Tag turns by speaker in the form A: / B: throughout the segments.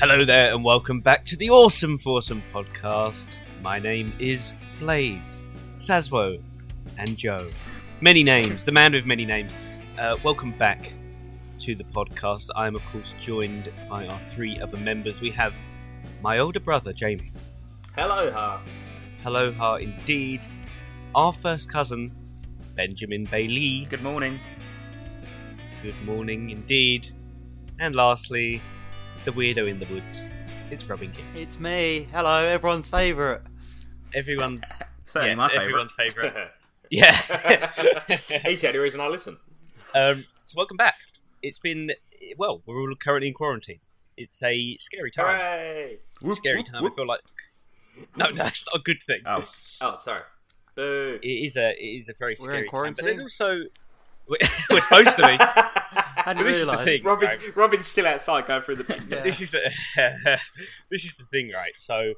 A: Hello there, and welcome back to the Awesome Foursome podcast. My name is Blaze, Saswo, and Joe. Many names, the man with many names. Uh, welcome back to the podcast. I am, of course, joined by our three other members. We have my older brother, Jamie.
B: Hello, Ha.
A: Hello, ha, indeed. Our first cousin, Benjamin Bailey.
C: Good morning.
A: Good morning, indeed. And lastly, the weirdo in the woods. It's Robin King.
D: It's me. Hello, everyone's favourite.
A: Everyone's
C: Certainly
A: yes,
C: my favourite.
A: everyone's favourite. Yeah.
B: He's the only reason I listen.
A: um, so welcome back. It's been well. We're all currently in quarantine. It's a scary time.
B: Hooray!
C: Whoop,
A: scary
C: whoop,
A: time.
C: whoop.
A: I feel like no, no, that's not a good thing.
C: Oh,
B: Oh, sorry. Boo.
A: It is a it is a very
D: We're in
A: scary time. But then
D: quarantine?
A: also we're, we're supposed to be.
D: I
A: But
D: didn't
A: this is the
D: realise.
A: thing.
B: Robin's,
A: right?
B: Robin's still outside going through the
D: Yeah.
A: this is a, this is the thing, right? So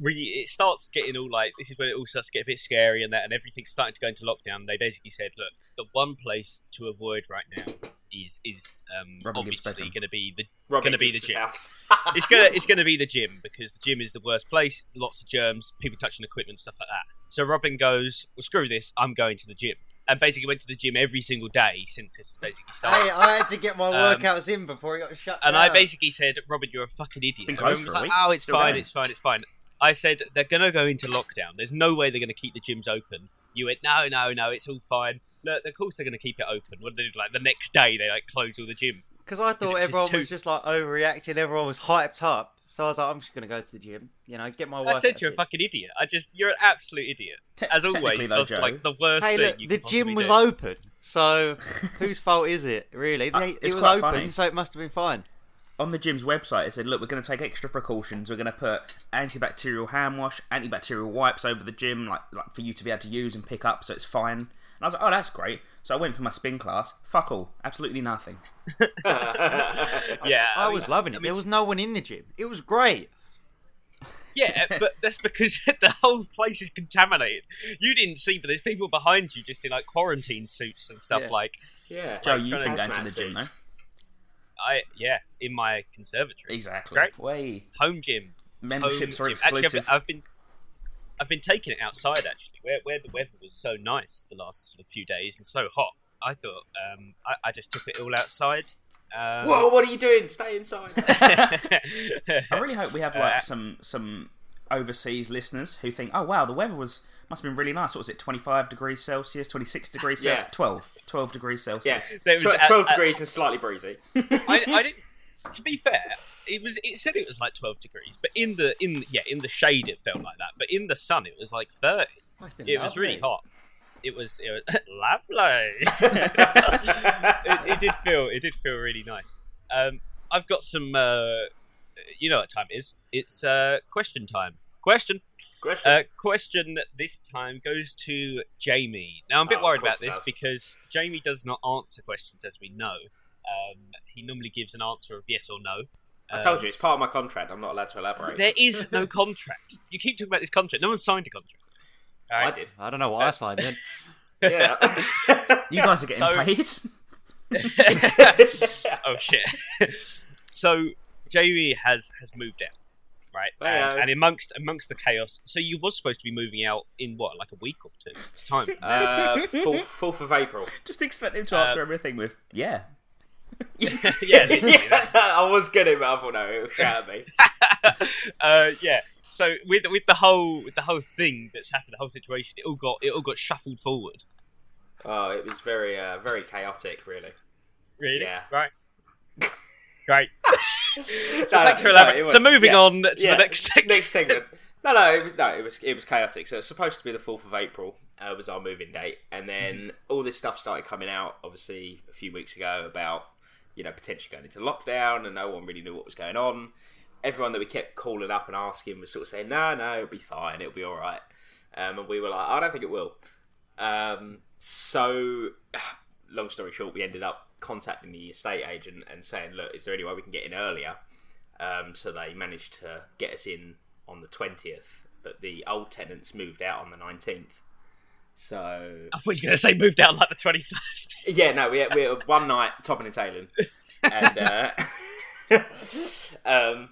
A: we it starts getting all like this is when it all starts to get a bit scary and that, and everything's starting to go into lockdown. They basically said, look, the one place to avoid right now is is um,
C: Robin Gibbs'
A: obviously
C: bedroom.
A: going to be the
B: Robin
A: Gonna be
B: Gibbs'
A: the gym.
B: house.
A: it's gonna it's gonna be the gym because the gym is the worst place. Lots of germs, people touching equipment, stuff like that. So Robin goes, well, screw this, I'm going to the gym, and basically went to the gym every single day since this basically started.
D: Hey, I had to get my
A: Um,
D: workouts in before it got shut
A: And
D: down.
A: I basically said, Robin, you're a fucking idiot.
C: Been
A: And
C: closed
A: Robin
C: for
A: was
C: a
A: like,
C: week.
A: oh, it's
C: Still
A: fine,
C: going.
A: it's fine, it's fine. I said, they're going to go into lockdown. There's no way they're going to keep the gyms open. You went, no, no, no, it's all fine. Look, of course they're going to keep it open. What did they do? Like the next day, they like close all the gyms.
D: Because I
A: It
D: thought
A: was just
D: everyone
A: too-
D: was just like overreacting, everyone was hyped up. So I was like, I'm just going to go to the gym, you know, get my workouts
A: I said you're a
D: in.
A: fucking idiot. I just, you're an absolute idiot.
C: Te-
A: As
C: technically
A: always,
C: though,
A: that's
C: Joe,
A: like the worst
D: Hey,
A: thing
D: look,
A: you
D: the
A: could possibly
D: gym was
A: do.
D: open. So whose fault is it, really?
C: Uh,
D: They,
C: it's
D: it was
C: quite
D: open,
C: funny.
D: so it must have been fine.
C: on the gym's website, it said, "Look, we're going to take extra precautions. We're going to put antibacterial hand wash, antibacterial wipes over the gym, like, like for you to be able to use and pick up, so it's fine." And I was like, "Oh, that's great." So I went for my spin class. Fuck all, absolutely nothing.
A: Yeah,
D: I,
A: mean,
D: was loving it. there was no one in the gym. It was great.
A: Yeah, but that's because the whole place is contaminated. You didn't see, but there's people behind you just in like quarantine suits and stuff
D: Yeah.
A: like.
B: yeah.
C: Joe, you've
B: Like
C: been going to the
B: hazmat
C: gym though.
B: suits.
A: I yeah, in my conservatory
C: Exactly.
A: It's great.
C: Way
A: home gym. Home
C: memberships are
A: gym. Actually,
C: exclusive.
A: I've, I've been I've been taking it outside actually, where where the weather was so nice the last sort of few days and so hot. I thought um, I, I just took it all outside. Um,
B: Whoa, what are you doing? Stay inside.
C: I really hope we have
A: Uh,
C: like some some overseas listeners who think, "Oh wow, the weather was must have been really nice." What was it? Twenty five degrees Celsius, twenty six degrees
B: Yeah.
C: Celsius, 12, 12 degrees Celsius.
B: yeah.
A: There was
B: Tw-
A: a-
B: 12
A: a-
B: degrees and slightly breezy.
A: I, I didn't. To be fair, it was. It said it was like twelve degrees, but in the in yeah in the shade it felt like that, but in the sun it was like thirty.
D: Oh, it's been
A: It was really
D: lovely.
A: hot. It was it was lovely. it, it did feel it did feel really nice. Um, I've got some. Uh, you know what time it is? It's uh, question time. Question.
B: Question.
A: Uh, question this time goes to Jamie. Now I'm a bit
B: Oh, of
A: worried about
B: course it
A: this
B: does.
A: because Jamie does not answer questions as we know. Um, he normally gives an answer of yes or no. Um,
B: I told you, it's part of my contract. I'm not allowed to elaborate.
A: Uh, There is no contract. You keep talking about this contract. No one signed a contract.
B: I did.
D: I don't know what I signed in.
B: Yeah.
C: You guys are getting
A: So-
C: paid.
A: oh shit. so Jamie has has moved out, right?
B: Heyo.
A: And, and amongst amongst the chaos, so you was supposed to be moving out in what, like a week or two time.
B: uh, 4th, 4th of April.
C: Just expect him to
A: Uh,
C: answer everything with yeah.
A: yeah, literally, that's-
B: yeah, I was gonna, but I thought no, it'll shout at me.
A: uh, yeah. So with with the whole with the whole thing that's happened, the whole situation, it all got it all got shuffled forward.
B: Oh, it was very, uh, very chaotic, really.
A: Really?
B: Yeah.
A: Right. Great.
B: So
A: Back to elaborate. so moving on to the next section.
B: Next segment. No, no, it was no, it was it was chaotic. So it's supposed to be the fourth of April uh, was our moving date, and then all this stuff started coming out, obviously a few weeks ago about you know potentially going into lockdown, and no one really knew what was going on. Everyone that we kept calling up and asking was sort of saying, "No, no, it'll be fine, it'll be all right," um, and we were like, "I don't think it will." Um, so, long story short, we ended up contacting the estate agent and saying, "Look, is there any way we can get in earlier?" Um, so they managed to get us in on the 20th, but the old tenants moved out on the 19th. So
A: I thought you were going to say moved out like the twenty first.
B: yeah, no, we had, we had one night topping and tailing, and uh, um,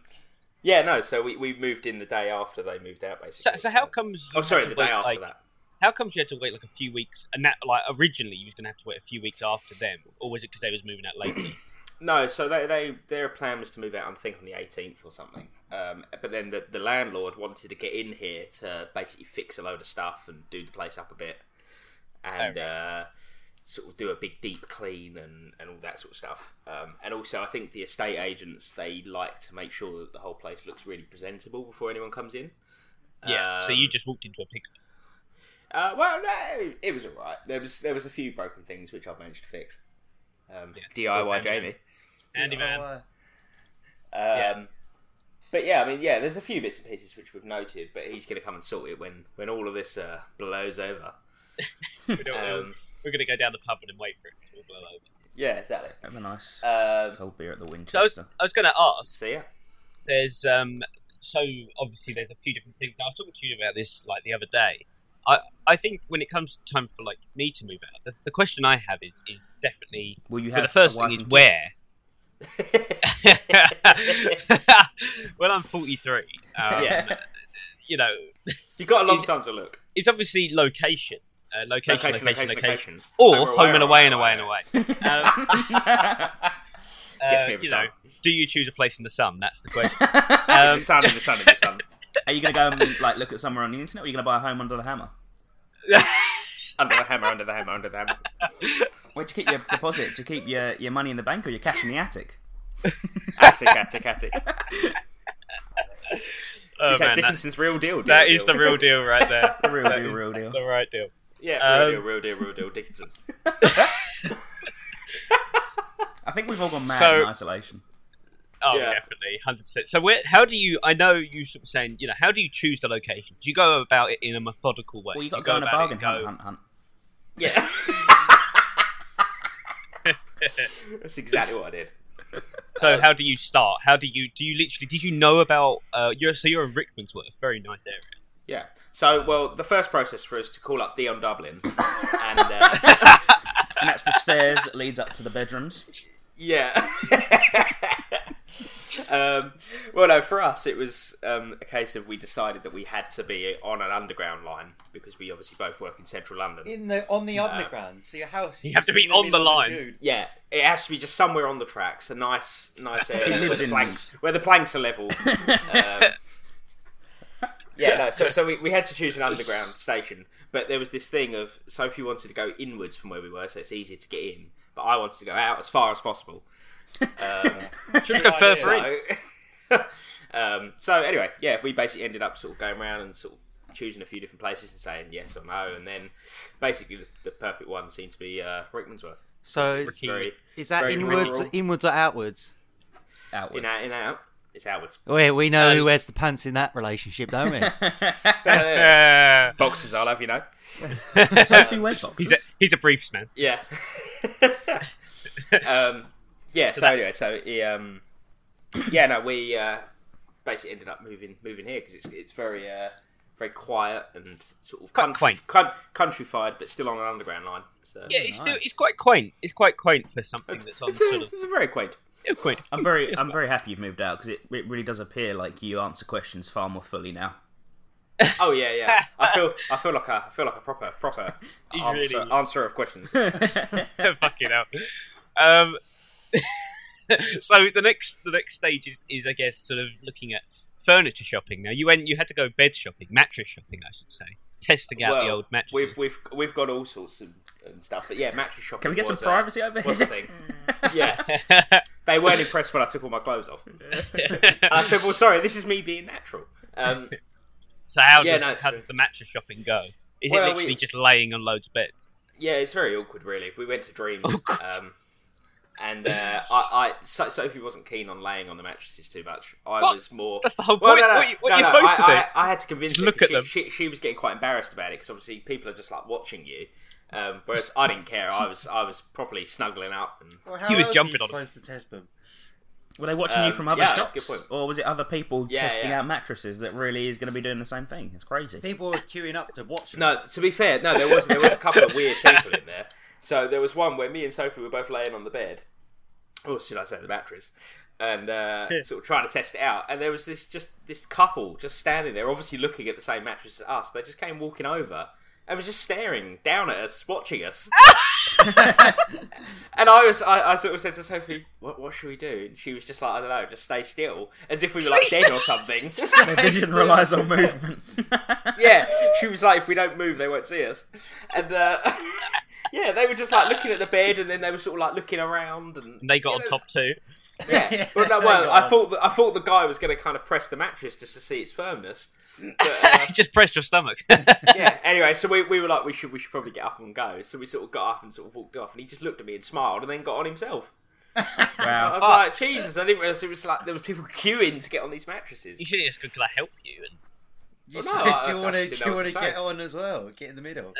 B: yeah, no. So we, we moved in the day after they moved out,
A: So,
B: basically.
A: so how comes? you
B: Oh, sorry,
A: had
B: the
A: to
B: day
A: wait,
B: after
A: like,
B: that.
A: How comes you had to wait like a few weeks? And that, like originally, you was gonna have to wait a few weeks after them, or was it because they was moving out later?
B: No, so they, they their plan was to move out. I think on the 18th or something. Um, but then the, the landlord wanted to get in here to basically fix a load of stuff and do the place up a bit, and uh, sort of do a big deep clean and, and all that sort of stuff. Um, and also, I think the estate agents they like to make sure that the whole place looks really presentable before anyone comes in.
A: yeah. so you
B: Um,
A: just walked into a pigsty.
B: uh, well, no, it was all right. There was there was a few broken things which I've managed to fix. Um,
A: Yeah.
B: DIY
A: Well,
B: Jamie.
A: Andy man.
D: Oh, uh,
B: Um, But yeah, I mean, yeah, there's a few bits and pieces which we've noted, but he's going to come and sort it when when all of this uh, blows over.
A: We don't know.
B: Um,
A: We're gonna go down the pub and wait for it to all blow over.
B: yeah, exactly.
C: Have a nice
B: Um,
C: cold beer at the
A: uh, So I was,
C: Winchester.
A: I was gonna ask.
B: so yeah,
A: there's um so obviously there's a few different things. I was talking to you about this like the other day. I I think when it comes to time for like me to move out, the, the question I have is is definitely
C: Will you
A: well,
C: have
A: the first
C: a
A: thing
C: wife
A: is
C: and
A: where. when I'm 43, um,
B: Yeah.
A: you know,
B: you've got a long
A: Is-
B: time to look.
A: it's obviously location, uh, location,
B: Location, location, location.
A: or
B: Home and
A: home and away
B: away,
A: and away and away.
B: away.
A: Um,
B: Gets
A: uh,
B: me every
A: you know,
B: time.
A: do you choose a place in the sun? That's the question.
B: in
A: Um,
B: the sun, in the sun, in the sun.
C: Uh, Are you going to go and like look at somewhere on the internet, or are you going to buy a home under the hammer?
A: Um,
B: under the hammer, under the hammer, under the hammer.
C: Where do you keep your deposit? Do you keep your, your money in the bank, or your cash in the attic?
B: Attic, attic, attic.
A: Oh,
B: Is that
A: man, that-
B: Dickinson's real deal? deal
A: that is
B: deal?
A: the real deal right there.
C: The real
A: That
C: deal,
A: is
C: real deal.
A: The right deal.
B: Yeah, real
A: Um,
B: deal, real deal, real deal. Dickinson.
C: I think we've all gone mad
A: So-
C: in isolation.
A: Oh,
B: Yeah.
A: definitely, hundred percent. So, where? How do you? I know you sort of saying, you know, how do you choose the location? Do you go about it in a methodical way?
C: Well, you got
A: Do
C: to go on a
A: about it and
C: bargain
A: go-
C: hunt, hunt, hunt.
B: Yeah. That's exactly what I did.
A: So, how do you start? How do you? Do you literally? Did you know about? Uh, you're so you're in Rickmansworth, very nice area.
B: Yeah. So, well, the first process for us to call up Dion Dublin, and uh,
C: And that's the stairs that leads up to the bedrooms.
B: yeah. um, well, no, for us it was um, a case of we decided that we had to be on an underground line because we obviously both work in central London.
D: in the on the underground, so your house. You
A: have to be
D: in the
A: on
D: middle
A: the
D: of
A: line.
D: tube.
B: yeah, it has to be just somewhere on the tracks, a nice, nice area where,
C: lives
B: the
C: in
B: planks, where the planks are level. um, yeah, no. So, so we, we had to choose an underground station, but there was this thing of Sophie wanted to go inwards from where we were, so it's easier to get in. But I wanted to go out as far as possible. Um,
A: Should we go
D: idea.
A: further in?
B: so, um, so anyway, yeah, we basically ended up sort of going around and sort of choosing a few different places and saying yes or no, and then basically the, the perfect one seemed to be uh, Rickmansworth.
D: So
B: It's very
D: is that
B: very
D: inwards,
B: rural.
D: inwards or outwards?
C: Outwards.
B: in out, in out. It's outwards.
D: Wait, we know who wears the pants in that relationship, don't we?
A: Uh,
B: Boxes, I love you know.
C: Sophie wears
A: he's a
C: boxes.
A: he's a briefs man.
B: Yeah. um, yeah. So, anyway, so he, um, yeah, no, we uh, basically ended up moving moving here because it's it's very uh, very quiet and sort of
A: quite quaint.
B: coun- countrified, but still on an underground line. So
A: Yeah, it's still
C: nice.
A: it's quite quaint. It's quite quaint for something
B: it's,
A: that's on
B: it's, a,
A: sort of
B: it's a very quaint.
A: yeah, quaint.
C: I'm very, I'm very happy you've moved out because it, it really does appear like you answer questions far more fully now.
B: Oh yeah, yeah. I feel I feel like a I feel like a proper proper
A: You
B: answer,
A: really-
B: answer of questions.
A: Fucking hell. Um, so the next the next stage is, is I guess sort of looking at furniture shopping. Now you went you had to go bed shopping, mattress shopping, I should say, testing out the
B: Well,
A: old mattresses.
B: We've we've we've got all sorts of and stuff, but yeah, mattress shopping.
C: Can we get some
B: was, uh,
C: privacy over
B: was the
C: here?
B: thing. Yeah, they weren't impressed when I took all my clothes off. And I said, "Well, sorry, this is me being natural." Um,
A: so how
B: Yeah,
A: does
B: no, it's
A: how
B: true.
A: does the mattress shopping go? Is
B: Well,
A: it literally
B: we-
A: just laying on loads of beds?
B: yeah, it's very awkward, really. We went to Dreams,
A: Oh, God.
B: um, and uh, I, I so- Sophie wasn't keen on laying on the mattresses too much. I
A: What?
B: was more.
A: That's the whole
B: Well,
A: point.
B: no, no,
A: what you, what
B: no,
A: you're
B: no,
A: supposed
B: I,
A: to do?
B: I, I had to convince
A: Just
B: her.
A: look
B: 'cause
A: at
B: she,
A: them.
B: She, she was getting quite embarrassed about it because obviously people are just like watching you. Um, whereas I didn't care. I was I was properly snuggling up and
D: Well, how
A: He was
D: else are you
A: jumping on
D: supposed to test them.
C: Were they watching you
B: Um,
C: from other
B: yeah, that's
C: shops,
B: a good point.
C: or was it other people
B: Yeah,
C: testing
B: yeah.
C: out mattresses that really is going to be doing the same thing? It's crazy.
D: People were queuing up to watch. them.
B: No, to be fair, no, there was there was a couple of weird people in there. So there was one where me and Sophie were both laying on the bed, or should I say the batteries, and uh, sort of trying to test it out. And there was this just this couple just standing there, obviously looking at the same mattress as us. They just came walking over and was just staring down at us, watching us. and I was, I, I sort of said to Sophie, "What, what should we do?" And she was just like, "I don't know, just stay still," as if we were like
A: Stay
B: dead or something.
C: They didn't realise on movement.
B: yeah, she was like, if we don't move, they won't see us. And uh, yeah, they were just like looking at the bed, and then they were sort of like looking around, and
A: And they got on top too.
B: yeah. Well, no,
D: They
B: well,
D: got
B: I
D: on.
B: thought that, I thought the guy was going to kind of press the mattress just to see its firmness. But, uh,
A: Just pressed your stomach.
B: yeah. Anyway, so we, we were like, we should we should probably get up and go. So we sort of got up and sort of walked off, and he just looked at me and smiled, and then got on himself. I
C: Wow.
B: was like, Jesus! I didn't realize it was like there was people queuing to get on these mattresses.
A: you should have just gone, "Can I help you?" And
D: You
B: Well, no,
D: said,
B: I-
D: do you
B: I
D: want to?
B: just didn't
D: Do you
B: know what
D: want to
B: to
D: get
B: say.
D: on as well? Get in the middle.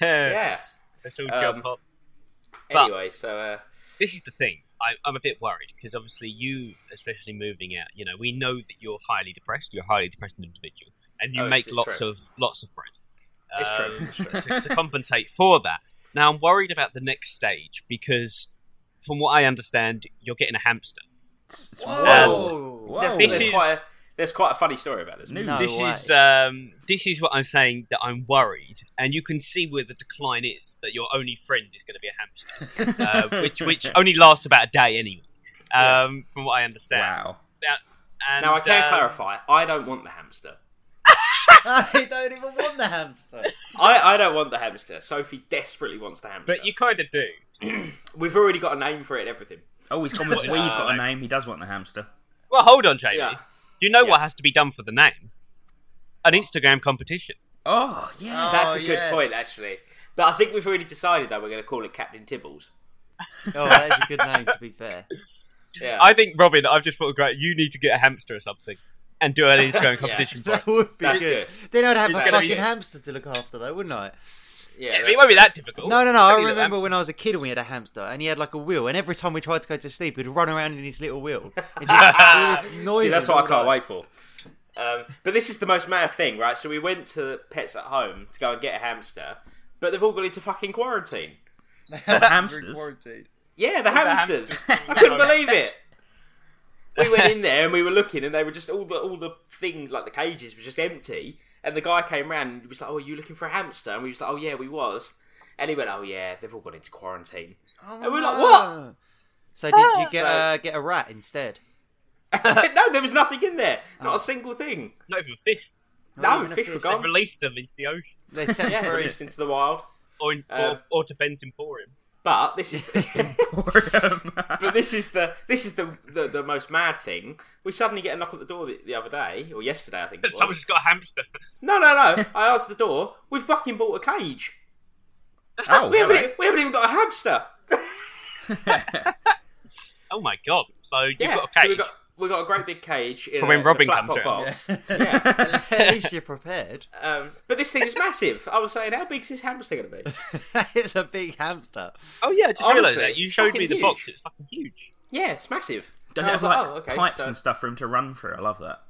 B: Yeah.
A: Let's all
B: Um,
A: jump up. But-
B: Anyway, so uh,
A: This is the thing. I, I'm a bit worried because obviously you, especially moving out, you know, we know that you're highly depressed. You're a highly depressed individual, and you
B: Oh,
A: make
B: it's- it's
A: lots
B: true.
A: of lots of bread.
B: It's true,
A: Um,
B: it's true.
A: to, to compensate for that. Now I'm worried about the next stage because, from what I understand, you're getting a hamster.
D: Whoa!
C: Whoa.
B: there's,
A: this
B: there's
A: is-
B: quite a, there's quite a funny story about this.
C: News.
D: No
A: this
D: way.
A: is um, this is what I'm saying that I'm worried, and you can see where the decline is. That your only friend is going to be a hamster, uh, which which only lasts about a day anyway, um, from what I understand.
C: Wow.
A: And,
B: Now I can
A: um,
B: clarify. I don't want the hamster.
D: I don't even want the hamster.
B: I, I don't want the hamster. Sophie desperately wants the hamster.
A: but you kind of do.
B: we've already got a name for it and everything.
C: Oh, he's gone with. We've
B: No,
C: got a
B: mate.
C: name. He does want the hamster.
A: Well, hold on, Jamie.
B: Yeah.
A: You know
B: Yeah.
A: what has to be done for the name? An Instagram competition.
C: Oh yeah.
D: Oh,
B: That's a good
D: yeah.
B: point, actually. But I think we've already decided that we're going to call it Captain Tibbles.
D: Oh, that is a good name. To be fair,
B: Yeah.
A: I think Robin, I've just thought of great. You need to get a hamster or something and do an Instagram competition for it.
D: that would be
B: That's
D: good.
B: good.
D: Then I'd have
A: It's
D: a
A: gonna
D: fucking
A: be-
D: hamster to look after, though, wouldn't I?
B: yeah.
A: It
B: that's-
A: won't be that
B: Oh,
A: difficult.
D: No, no, no. I
A: Don't need that
B: um,
D: remember when I was a kid and we had a hamster and he had like a wheel, and every time we tried to go to sleep, he'd run around in his little wheel. And just all this noise
B: See, that's
D: and
B: what I can't
D: all that.
B: wait for. Um, but this is the most mad thing, right? So we went to Pets at Home to go and get a hamster, but they've all gone into fucking quarantine. Oh.
C: The hamsters.
B: Yeah, the hamsters.
A: hamsters.
B: I couldn't believe it. We went in there and we were looking, and they were just all the all the things like the cages were just empty. And the guy came round and he was like, "Oh, are you looking for a hamster?" And we was like, "Oh yeah, we was." And he went, "Oh yeah, they've all gone into quarantine."
D: Oh,
B: And we're like,
D: no.
B: what?
D: So did you get
B: So-
D: uh, get a rat instead?
B: no, there was nothing in there, not a single thing.
A: Not even fish.
D: Not
B: No,
D: even a
B: fish were
D: fish.
A: They've
B: gone.
A: released them into the ocean
D: They sent
B: Yeah,
D: for
B: released into the wild.
A: or, in,
B: Um,
A: or, or to Ben's Emporium.
B: But this is. but this is the this is the, the the most mad thing. We suddenly get a knock at the door the, the other day or yesterday, I think. It was.
A: Someone's got a hamster.
B: No, no, no! I answered the door. We fucking bought a cage.
C: oh,
B: We haven't, e-, we haven't even got a hamster.
A: Oh my god! So you've
B: Yeah,
A: got a cage.
B: so we got we got a great big cage in
A: For
B: a-
A: when
B: in a
A: Robin
B: flat
A: comes
B: top
A: round.
B: box.
D: At least you're prepared.
B: Um, but this thing is massive. I was saying, how big's this hamster going to be?
D: it's a big hamster.
A: oh yeah, I just
B: Honestly,
A: realised that you
B: it's
A: showed
B: fucking
A: me the
B: huge.
A: box. It's fucking huge.
B: Yeah, it's massive. And
C: Does it
B: I
C: have
B: was
C: like
B: like, oh, okay,
C: pipes
B: so-
C: and stuff for him to run through? I love that.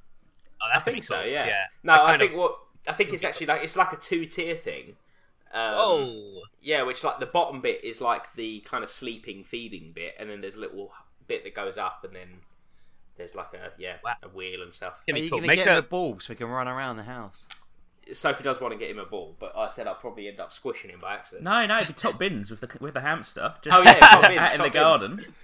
A: Oh, that's
B: I think
A: pretty
B: so.
A: cool.
B: Yeah.
A: yeah.
B: No,
A: I
B: I,
A: kind
B: think
A: of-
B: what I think it's actually like it's like a two tier thing. Um,
A: Oh,
B: Yeah, which like the bottom bit is like the kind of sleeping feeding bit, and then there's a little bit that goes up, and then there's like a yeah
A: Wow.
B: a wheel and stuff.
A: it's
D: Are
A: gonna be
D: you
A: cool.
D: gonna
A: Make
D: get him
A: a,
D: a ball so we can run around the house?
B: Sophie does want to get him a ball, but I said I'll probably end up squishing him by accident.
C: No, no, it'd be top bins with the with the hamster. Just
B: Oh, yeah, top bins,
C: out in the
B: top bins.
C: garden.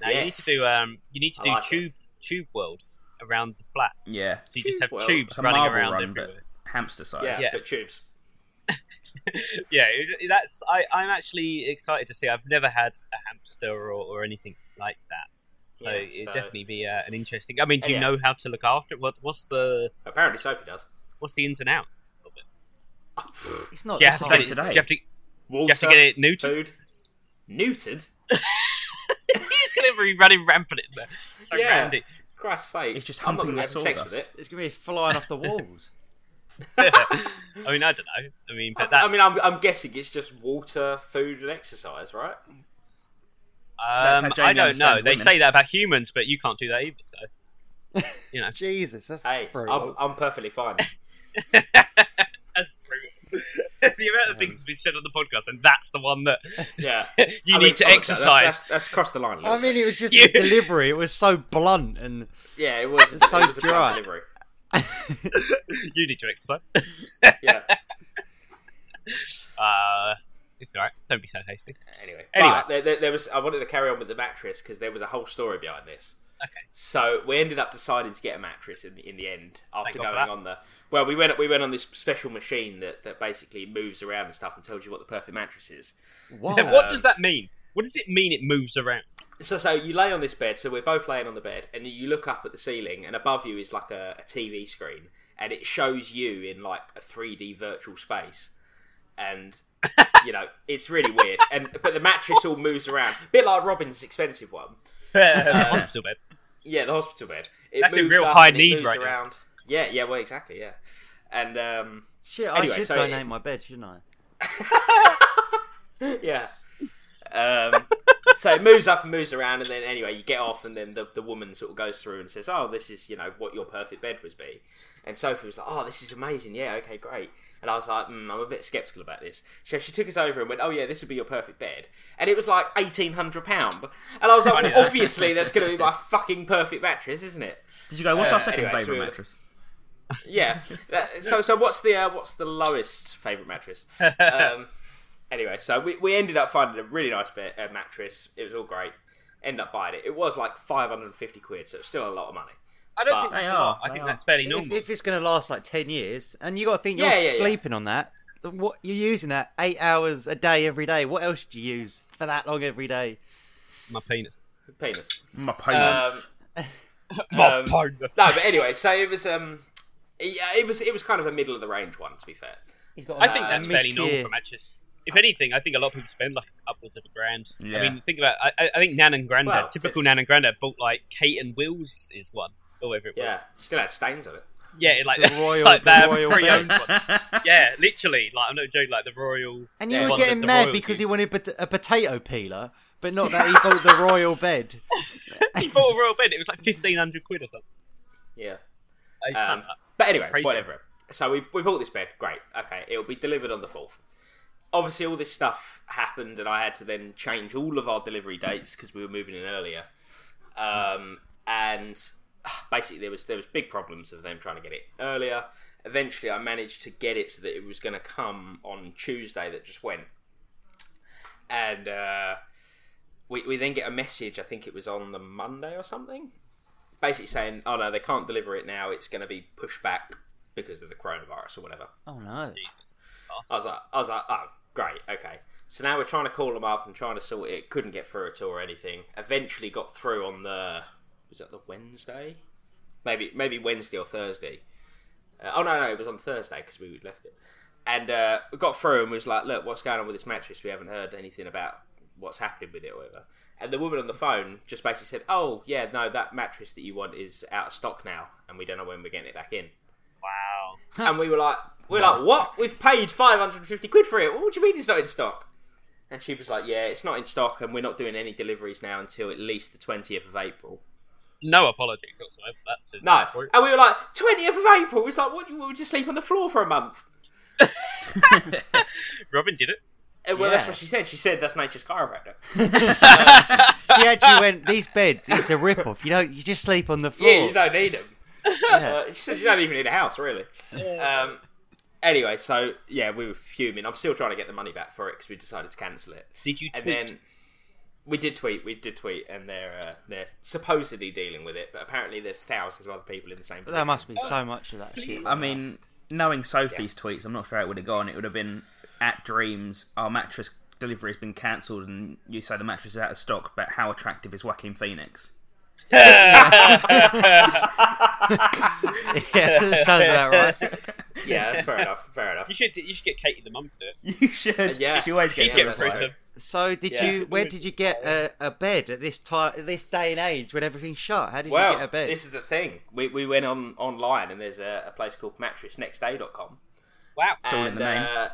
A: no, you need to do um, you need to
B: I
A: do
B: like it.
A: tube tube world around the flat.
C: Yeah,
A: So you just
B: Tube
A: have
B: world.
A: tubes
C: like a
A: running
C: marble
A: around
C: run, but
A: everywhere.
C: hamster size.
B: Yeah,
A: Yeah.
B: but tubes.
A: yeah, it- that's I, I'm actually excited to see. I've never had a hamster or, or anything like that, so
B: Yeah,
A: it'd
B: so-
A: definitely be uh, an interesting. I mean, do you
B: Yeah.
A: know how to look after it? What, what's the
B: Apparently, Sophie does.
A: what's the ins and outs of it?
D: It's not
A: Do you have to
D: hard,
A: get it?
D: is
A: Do
C: today.
A: you have to, do
B: Water,
A: you have to get it neutered?
B: food, neutered.
A: He's going to be running rampant in there. So
B: Yeah.
A: randy.
B: Christ's sake,
C: It's just
B: I'm not
C: humping
B: going to
C: the
B: have sex with
C: sawdust.
B: it.
D: It's gonna be flying off the walls.
A: I mean, I don't know. I mean, but
B: I
A: Uh, that's.
B: mean, I'm, I'm guessing it's just water, food, and exercise, right?
C: that's how
A: um,
C: Jamie
A: I don't know.
C: understands
A: They
C: women.
A: say that about humans, but you can't do that either. So
D: Jesus, that's
B: Hey, I'm,
D: brutal.
B: I'm perfectly fine.
A: that's brutal.
E: the amount of things that's been said on the podcast, and that's the one that
B: Yeah.
E: you
B: I
E: need
B: mean,
E: to
B: honestly,
E: exercise.
B: That's, that's, that's crossed the line. a little
D: I mean, it was just
E: You-
D: the delivery. It was so blunt and
B: bit. yeah, it was.
D: It's so
B: it was a
D: dry.
B: blunt delivery.
E: you need to exercise.
B: Yeah.
E: Uh, it's alright. Don't be so hasty.
B: Anyway,
E: Anyway.
B: But there, there, there was. I wanted to carry on with the mattress because there was a whole story behind this. Okay. So we ended up deciding to get a mattress in the, in the end after
E: Thank God for
B: going
E: that.
B: on the. Well, we went we went on this special machine that, that basically moves around and stuff and tells you what the perfect mattress is.
D: wow.
E: what does that mean? What does it mean it moves around?
B: So so you lay on this bed. So we're both laying on the bed, and you look up at the ceiling, and above you is like a, a TV screen, and it shows you in like a three D virtual space, and. you know, it's really weird, and but the mattress all moves around, a bit like Robin's expensive one.
E: Hospital bed.
B: Yeah, the hospital bed. It
E: That's in
B: moves
E: real
B: up
E: high
B: and it
E: need
B: moves
E: right now.
B: around. Yeah, yeah, well, exactly, yeah. And um,
D: Shit,
B: Anyway,
D: I should
B: so
D: donate
B: it-
D: my bed, shouldn't I?
B: yeah, um, so it moves up and moves around, and then anyway, you get off, and then the, the woman sort of goes through and says, "Oh, this is you know what your perfect bed would be." And Sophie was like, "Oh, this is amazing. Yeah, okay, great." And I was like, mm, "I'm a bit skeptical about this." So she took us over and went, "Oh yeah, this would be your perfect bed," and it was like eighteen hundred pound, and I was like,
E: Funny,
B: well,
E: though.
B: "Obviously, that's going to be my fucking perfect mattress, isn't it?"
C: Did you go? What's
B: Uh,
C: our second
B: anyway, so
C: favourite
B: we were-
C: mattress?
B: yeah. That- so so what's the uh, what's the lowest favorite mattress? Um, anyway, so we, we ended up finding a really nice bed, uh, mattress. It was all great. Ended up buying it. It was like five hundred and fifty quid, so it's still a lot of money.
E: I don't
B: But-
E: think
C: They
E: that's a
C: are,
E: lot. I
C: they
E: think
C: are.
E: that's fairly
D: If,
E: normal.
D: if it's going to last like 10 years, and you got to think you're
B: Yeah, yeah, yeah.
D: sleeping on that. What You're using that eight hours a day every day. What else do you use for that long every day?
E: My penis.
B: Penis.
C: My
B: Um,
C: parents.
E: My
B: Um,
E: penis.
B: no, but anyway, so it was um, yeah, it was it was kind of a middle of the range one, to be fair.
D: He's got
E: I
D: a
E: think that's fairly normal
D: mid-tier.
E: for matches. If anything, I think a lot of people spend like upwards of a grand. I
C: Yeah.
E: mean, think about. I, I- I think Nan and Grandad,
B: Well,
E: typical Nan and Grandad, bought like Kate and Will's is one or whatever it was.
B: Yeah, still had stains on it.
E: Yeah, it, like
D: The royal-
E: like
D: the
E: that
D: royal
E: pre-owned one. Yeah, literally. Like I'm not joking. Like the royal.
D: And you
E: yeah,
D: were
E: one
D: getting
E: that the
D: mad
E: royals
D: because
E: use.
D: he wanted pot- a potato peeler, but not that he bought the royal bed.
E: he bought a royal bed. It was like fifteen hundred quid or something.
B: Yeah.
E: I can't-
B: Um, but anyway,
E: Crazy.
B: whatever. So we, we bought this bed. Great. Okay, it'll be delivered on the fourth. Obviously, all this stuff happened, and I had to then change all of our delivery dates because we were moving in earlier. Um, and ah, basically, there was there was big problems of them trying to get it earlier. Eventually, I managed to get it so that it was going to come on Tuesday that just went. And uh, we we then get a message. I think it was on the Monday or something basically saying, "Oh no, they can't deliver it now. It's going to be pushed back because of the coronavirus or whatever."
D: Oh no.
B: I was like, I was like, "Oh, great, okay." So now we're trying to call them up and trying to sort it. Couldn't get through at all or anything. Eventually got through on the was that the Wednesday, maybe maybe Wednesday or Thursday. Uh, oh no, no, it was on Thursday because we left it. And uh, we got through and was like, "Look, what's going on with this mattress? We haven't heard anything about what's happening with it or whatever." And the woman on the phone just basically said, "Oh yeah, no, that mattress that you want is out of stock now, and we don't know when we're getting it back in."
E: wow.
B: and we were like, we we're like, what? We've paid 550 quid for it. What do you mean it's not in stock? And she was like, yeah, it's not in stock, and we're not doing any deliveries now until at least the 20th of April.
E: No apologies whatsoever. That's just
B: No, and we were like, 20th of April. It's like, what? We were just sleep on the floor for a month.
E: Robin did it.
B: And well, that's
D: Yeah.
B: what she said. She said that's nature's chiropractor. Um,
D: She actually went, these beds, it's a rip-off. You don't, you just sleep on the floor.
B: Yeah, you don't need them.
D: Yeah.
B: Uh, she said you don't even need a house, really. Um, anyway, so yeah, we were fuming. I'm still trying to get the money back for it because we decided to cancel it.
E: Did you
B: and
E: tweet?
B: then we did tweet, we did tweet, and they're uh, they're supposedly dealing with it, but apparently there's thousands of other people in the same.
D: But
B: position.
D: there must be so much of that
B: Um,
D: shit.
C: I mean, knowing Sophie's tweets, I'm not sure how it would have gone. It would have been at Dreams, our mattress delivery has been cancelled, and you say the mattress is out of stock, but how attractive is Joaquin Phoenix?
D: yeah, that sounds about right.
B: Yeah, that's fair enough. Fair enough.
E: You should. You should get Katie the mum to do it.
C: You should.
B: Uh, Yeah.
C: She always
E: She's
C: gets
E: getting
B: that's
E: through
B: right.
E: to them.
D: So, did
B: Yeah.
D: you? Where did you get a, a bed at this time, at this day and age when everything's shut? How did you get
B: Well,
D: a bed?
B: this is the thing. We, we went on online, and there's a, a place called mattressnextday.com.
E: Wow.
B: It's
C: all in the name.
B: Uh,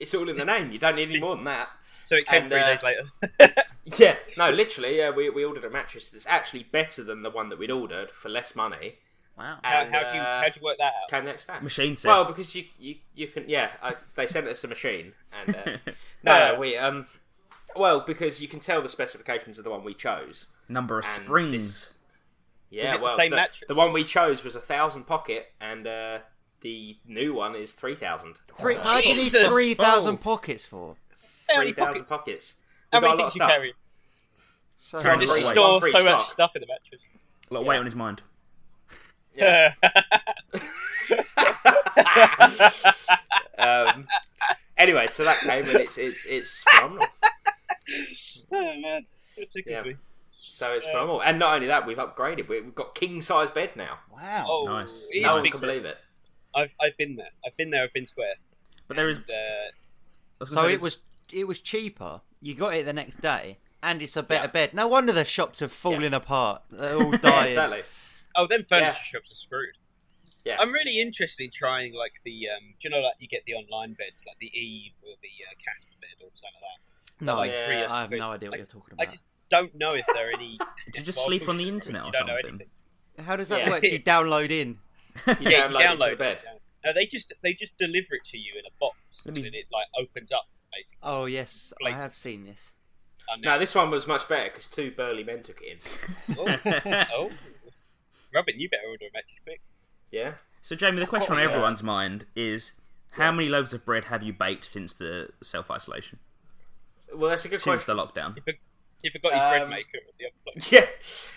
B: it's all in the name. You don't need any more than that.
E: So it came
B: and,
E: three
B: uh,
E: days later.
B: Yeah, uh, no, literally, yeah, we, we ordered a mattress that's actually better than the one that we'd ordered for less money,
C: Wow.
A: How,
B: And,
A: how do you
B: uh,
A: how do you work that out?
B: came next down.
C: Machine said.
B: Well, because you you, you can yeah, I, they sent us a machine and uh,
A: No.
B: no, no we um well because you can tell the specifications of the one we chose.
C: Number of
B: and
C: springs.
B: this- Yeah,
A: it the
B: well,
A: same
B: the,
A: mattress?
B: the one we chose was a thousand pocket, and uh, the new one is three thousand.
D: Three, how do you need
E: Jesus!
B: Oh.
D: 3,000 pockets for?
A: How
B: Three
A: many
B: thousand
A: pockets?
B: pockets.
A: How
B: We've
A: many
B: got a lot
A: things
B: of
A: you
B: stuff.
A: carry?
D: So
B: Trying
A: You
B: to
D: much.
A: just
B: Right.
A: store
B: One for each
A: so much
B: sock.
A: stuff in the mattress.
C: A lot of weight on his mind.
A: Yeah.
B: Um, anyway, so that came and it's it's it's phenomenal.
A: oh man, it tickled
B: Yeah.
A: me.
B: So it's phenomenal, and not only that, we've upgraded. We, we've got king size bed now.
D: Wow.
A: Oh,
C: Nice.
A: it is
B: no one
A: big.
B: can believe it.
A: I've I've been there. I've been there. I've been square.
C: But there is.
A: And, uh,
D: So it was it was cheaper. You got it the next day, and it's a better bed. No wonder the shops have fallen apart. They're all
B: Yeah,
D: dying.
B: exactly.
A: oh, then furniture
B: Yeah.
A: shops are screwed.
B: Yeah.
A: I'm really interested in trying like the um, do you know like you get the online beds like the Eve or the uh, Casper bed or something like that.
C: Oh,
D: No,
A: Like
B: Yeah.
A: three or
D: I have
A: three.
D: no idea what
A: I-
D: you're talking
A: I
D: about.
A: just don't know if there are any.
C: Did you just sleep on the internet or
A: You don't know
C: something?
A: anything.
D: How does that
B: Yeah.
D: work? You download in.
B: You
A: Yeah, you
B: download, it to the
A: download
B: bed.
A: it. No, they just they just deliver it to you in a box, and
C: Really?
A: then it like opens up. Basically,
D: Oh yes, I
A: Like-
D: have seen this.
A: And
B: No, this one was much better because two burly men took it in.
A: then- oh, Robin, you better order a mattress quick.
B: Yeah.
C: So Jamie, the question on
B: yeah.
C: everyone's mind is: How many loaves of bread have you baked since the self isolation,
B: Well, that's a good
C: since
B: question.
C: the lockdown?
A: You forgot your bread
B: Um,
A: maker at the other
B: Yeah.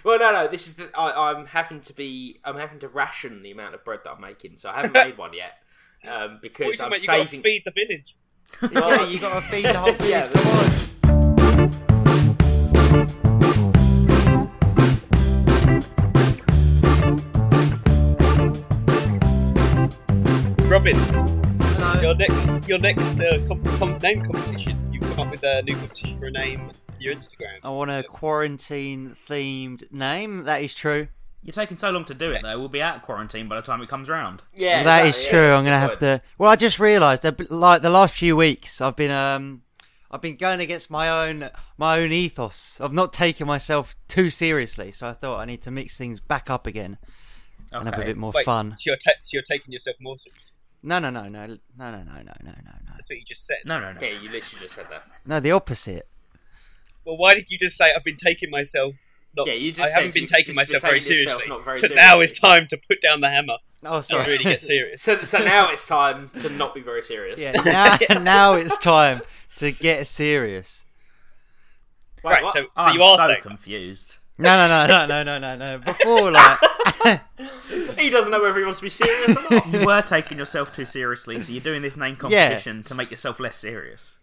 B: Well, no, no. This is the, I, I'm having to be. I'm having to ration the amount of bread that I'm making, so I haven't made one yet um, because
A: place.
B: I'm
A: What do you mean, you
B: saving.
A: got to feed the village.
D: yeah, you got to feed the whole village.
B: Yeah,
D: Come on.
A: Robin,
D: Hello.
A: your next your next uh, com- com- name competition. You've come up with a new competition for a name. for Your Instagram.
D: I want a quarantine themed name. That is true.
C: You're taking so long to do it though. We'll be out of quarantine by the time it comes round.
B: Yeah,
D: that is
B: exactly,
D: true.
B: yeah, that's
D: I'm
B: a
D: gonna
B: good
D: have
B: point.
D: to. Well, I just realised that like the last few weeks, I've been um, I've been going against my own my own ethos of not taking myself too seriously. So I thought I need to mix things back up again and have a
C: Okay.
D: bit more
A: Wait,
D: fun.
A: So you're, ta- so you're taking yourself more. seriously.
D: No, no, no, no, no, no, no, no, no, no, no.
A: That's what you just said.
C: No, no, no.
B: Yeah, you literally just said that.
D: No, the opposite.
A: Well, why did you just say I've been taking myself? Not,
B: Yeah, you just
A: I
B: said
A: haven't been
B: you've
A: taking
B: just been
A: myself very
B: taking yourself
A: seriously.
B: not very
A: so now
B: seriously.
A: it's time to put down the hammer
D: Oh,
A: and
D: sorry.
A: really get serious.
B: So, so now it's time to not be very serious.
D: yeah, now, now it's time to get serious.
B: Wait,
A: right,
B: what?
A: so, so
C: I'm
A: you are
C: so
A: saying
C: confused.
D: No, no, no, no, no, no, no, no. Before like.
B: he doesn't know whether he wants to be serious or not.
C: You were taking yourself too seriously, so you're doing this name competition to make yourself less serious.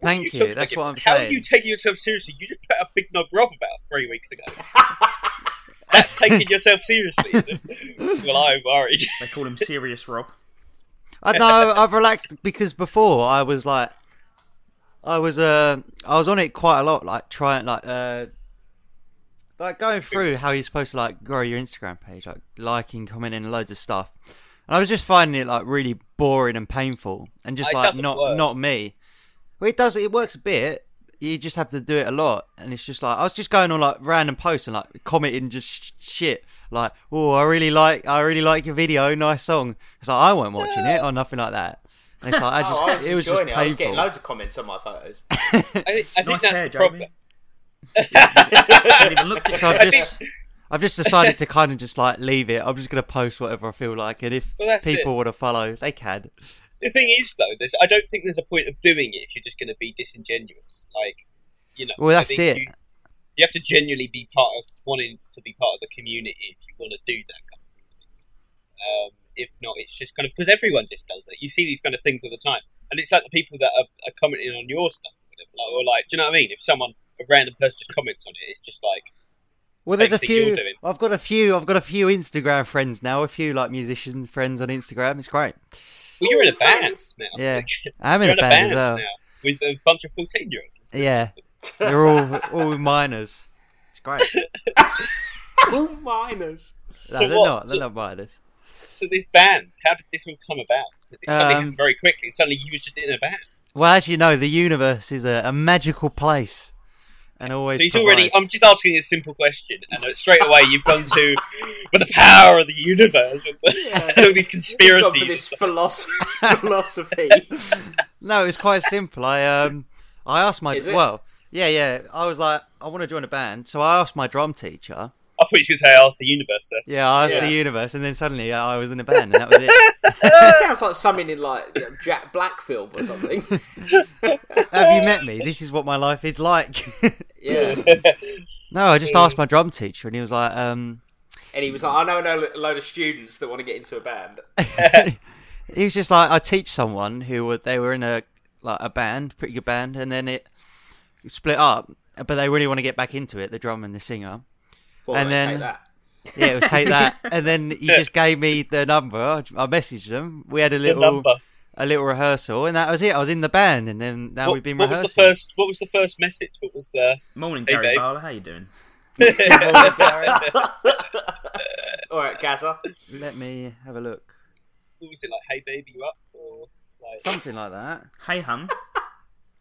D: Thank you.
A: took-
D: That's what I'm
A: how
D: saying.
A: are you taking yourself seriously? You just put a big knob Rob about three weeks ago. That's taking yourself seriously. Is it? well, I'm worried.
C: They call him Serious Rob.
D: I know I've relaxed because before I was like, I was uh, I was on it quite a lot, like trying like uh, like going through how you're supposed to like grow your Instagram page, like liking, commenting, loads of stuff, and I was just finding it like really boring and painful, and just
A: It
D: like
A: doesn't
D: not
A: work.
D: not me. Well, it does. It works a bit. You just have to do it a lot, and it's just like I was just going on like random posts and like commenting just sh- shit. Like, oh, I really like, I really like your video, nice song. It's like I weren't watching it or nothing like that. And it's like I just,
B: Oh, I was
D: it was just
B: enjoying
D: painful.
B: it. I was getting loads of comments on my photos.
A: I, thi- I think
C: Nice
A: that's
C: hair,
A: the problem.
C: Jamie. Haven't even looked at
D: so
C: you.
D: I've just, I've just decided to kind of just like leave it. I'm just gonna post whatever I feel like, and if
A: Well, that's
D: people want to follow, they can.
A: The thing is, though, there's, I don't think there's a point of doing it if you're just going to be disingenuous. Like, you know,
D: Well,
A: I
D: that's
A: think
D: it.
A: You, you have to genuinely be part of wanting to be part of the community if you want to do that kind of thing. Um, if not, it's just kind of because everyone just does it. You see these kind of things all the time, and it's like the people that are, are commenting on your stuff, or whatever, like, or like, do you know what I mean? If someone a random person just comments on it, it's just like,
D: Well,
A: Same
D: there's a
A: thing you're
D: few.
A: doing.
D: I've got a few. I've got a few Instagram friends now. A few like musician friends on Instagram. It's great.
A: well, you're in a
B: Ooh,
A: band
B: fans.
A: now.
D: Yeah,
A: you're
D: I'm in a band, as well.
A: now with a bunch of fourteen year olds.
D: Yeah, they're all all minors. It's great.
B: All minors.
D: No,
A: So
D: they're
A: what-
D: not. They're
A: so-
D: not minors.
A: So this band, how did this all come about? 'Cause It suddenly
D: Um,
A: happened very quickly. Suddenly you were just in a band.
D: Well, as you know, the universe is a, a magical place, and always.
A: So he's already. I'm
D: provides.
A: just asking a simple question, and uh, straight away you've gone to, but the power of the universe, and all these
B: He's gone for
A: conspiracies.
B: this philosophy. philosophy.
D: No, it's quite simple. I um, I asked my
B: Is it?
D: well, yeah, yeah. I was like, I want to join a band, so I asked my drum teacher.
A: I thought you should say I asked the universe. Sir.
D: Yeah, I asked
B: Yeah.
D: the universe, and then suddenly uh, I was in a band, and that was it.
B: It sounds like something in like you know, Jack Black film or something.
D: Have you met me? This is what my life is like.
B: Yeah.
D: no, I just asked my drum teacher, and he was like, um,
B: And he was like, I know know a load of students that want to get into a band.
D: he was just like, I teach someone who were they were in a like a band, pretty good band, and then it split up, but they really want to get back into it, the drum and the singer.
B: Well,
D: And
B: they
D: then-
B: take that.
D: Yeah, it was take that, and then he just gave me the number. I I messaged them. We had a
A: The
D: little
A: number.
D: a little rehearsal, and that was it. I was in the band, and then now
A: What,
D: we've been
A: what was
D: rehearsing.
A: the first? What was the first message? What was the?
C: Morning,
A: Hey,
C: Gary
A: babe.
C: Barlow. How you doing?
B: All right, Gaza.
D: Let me have a look.
A: What was it like? Hey baby, you up? Or like
D: Something like that.
C: Hey, hum.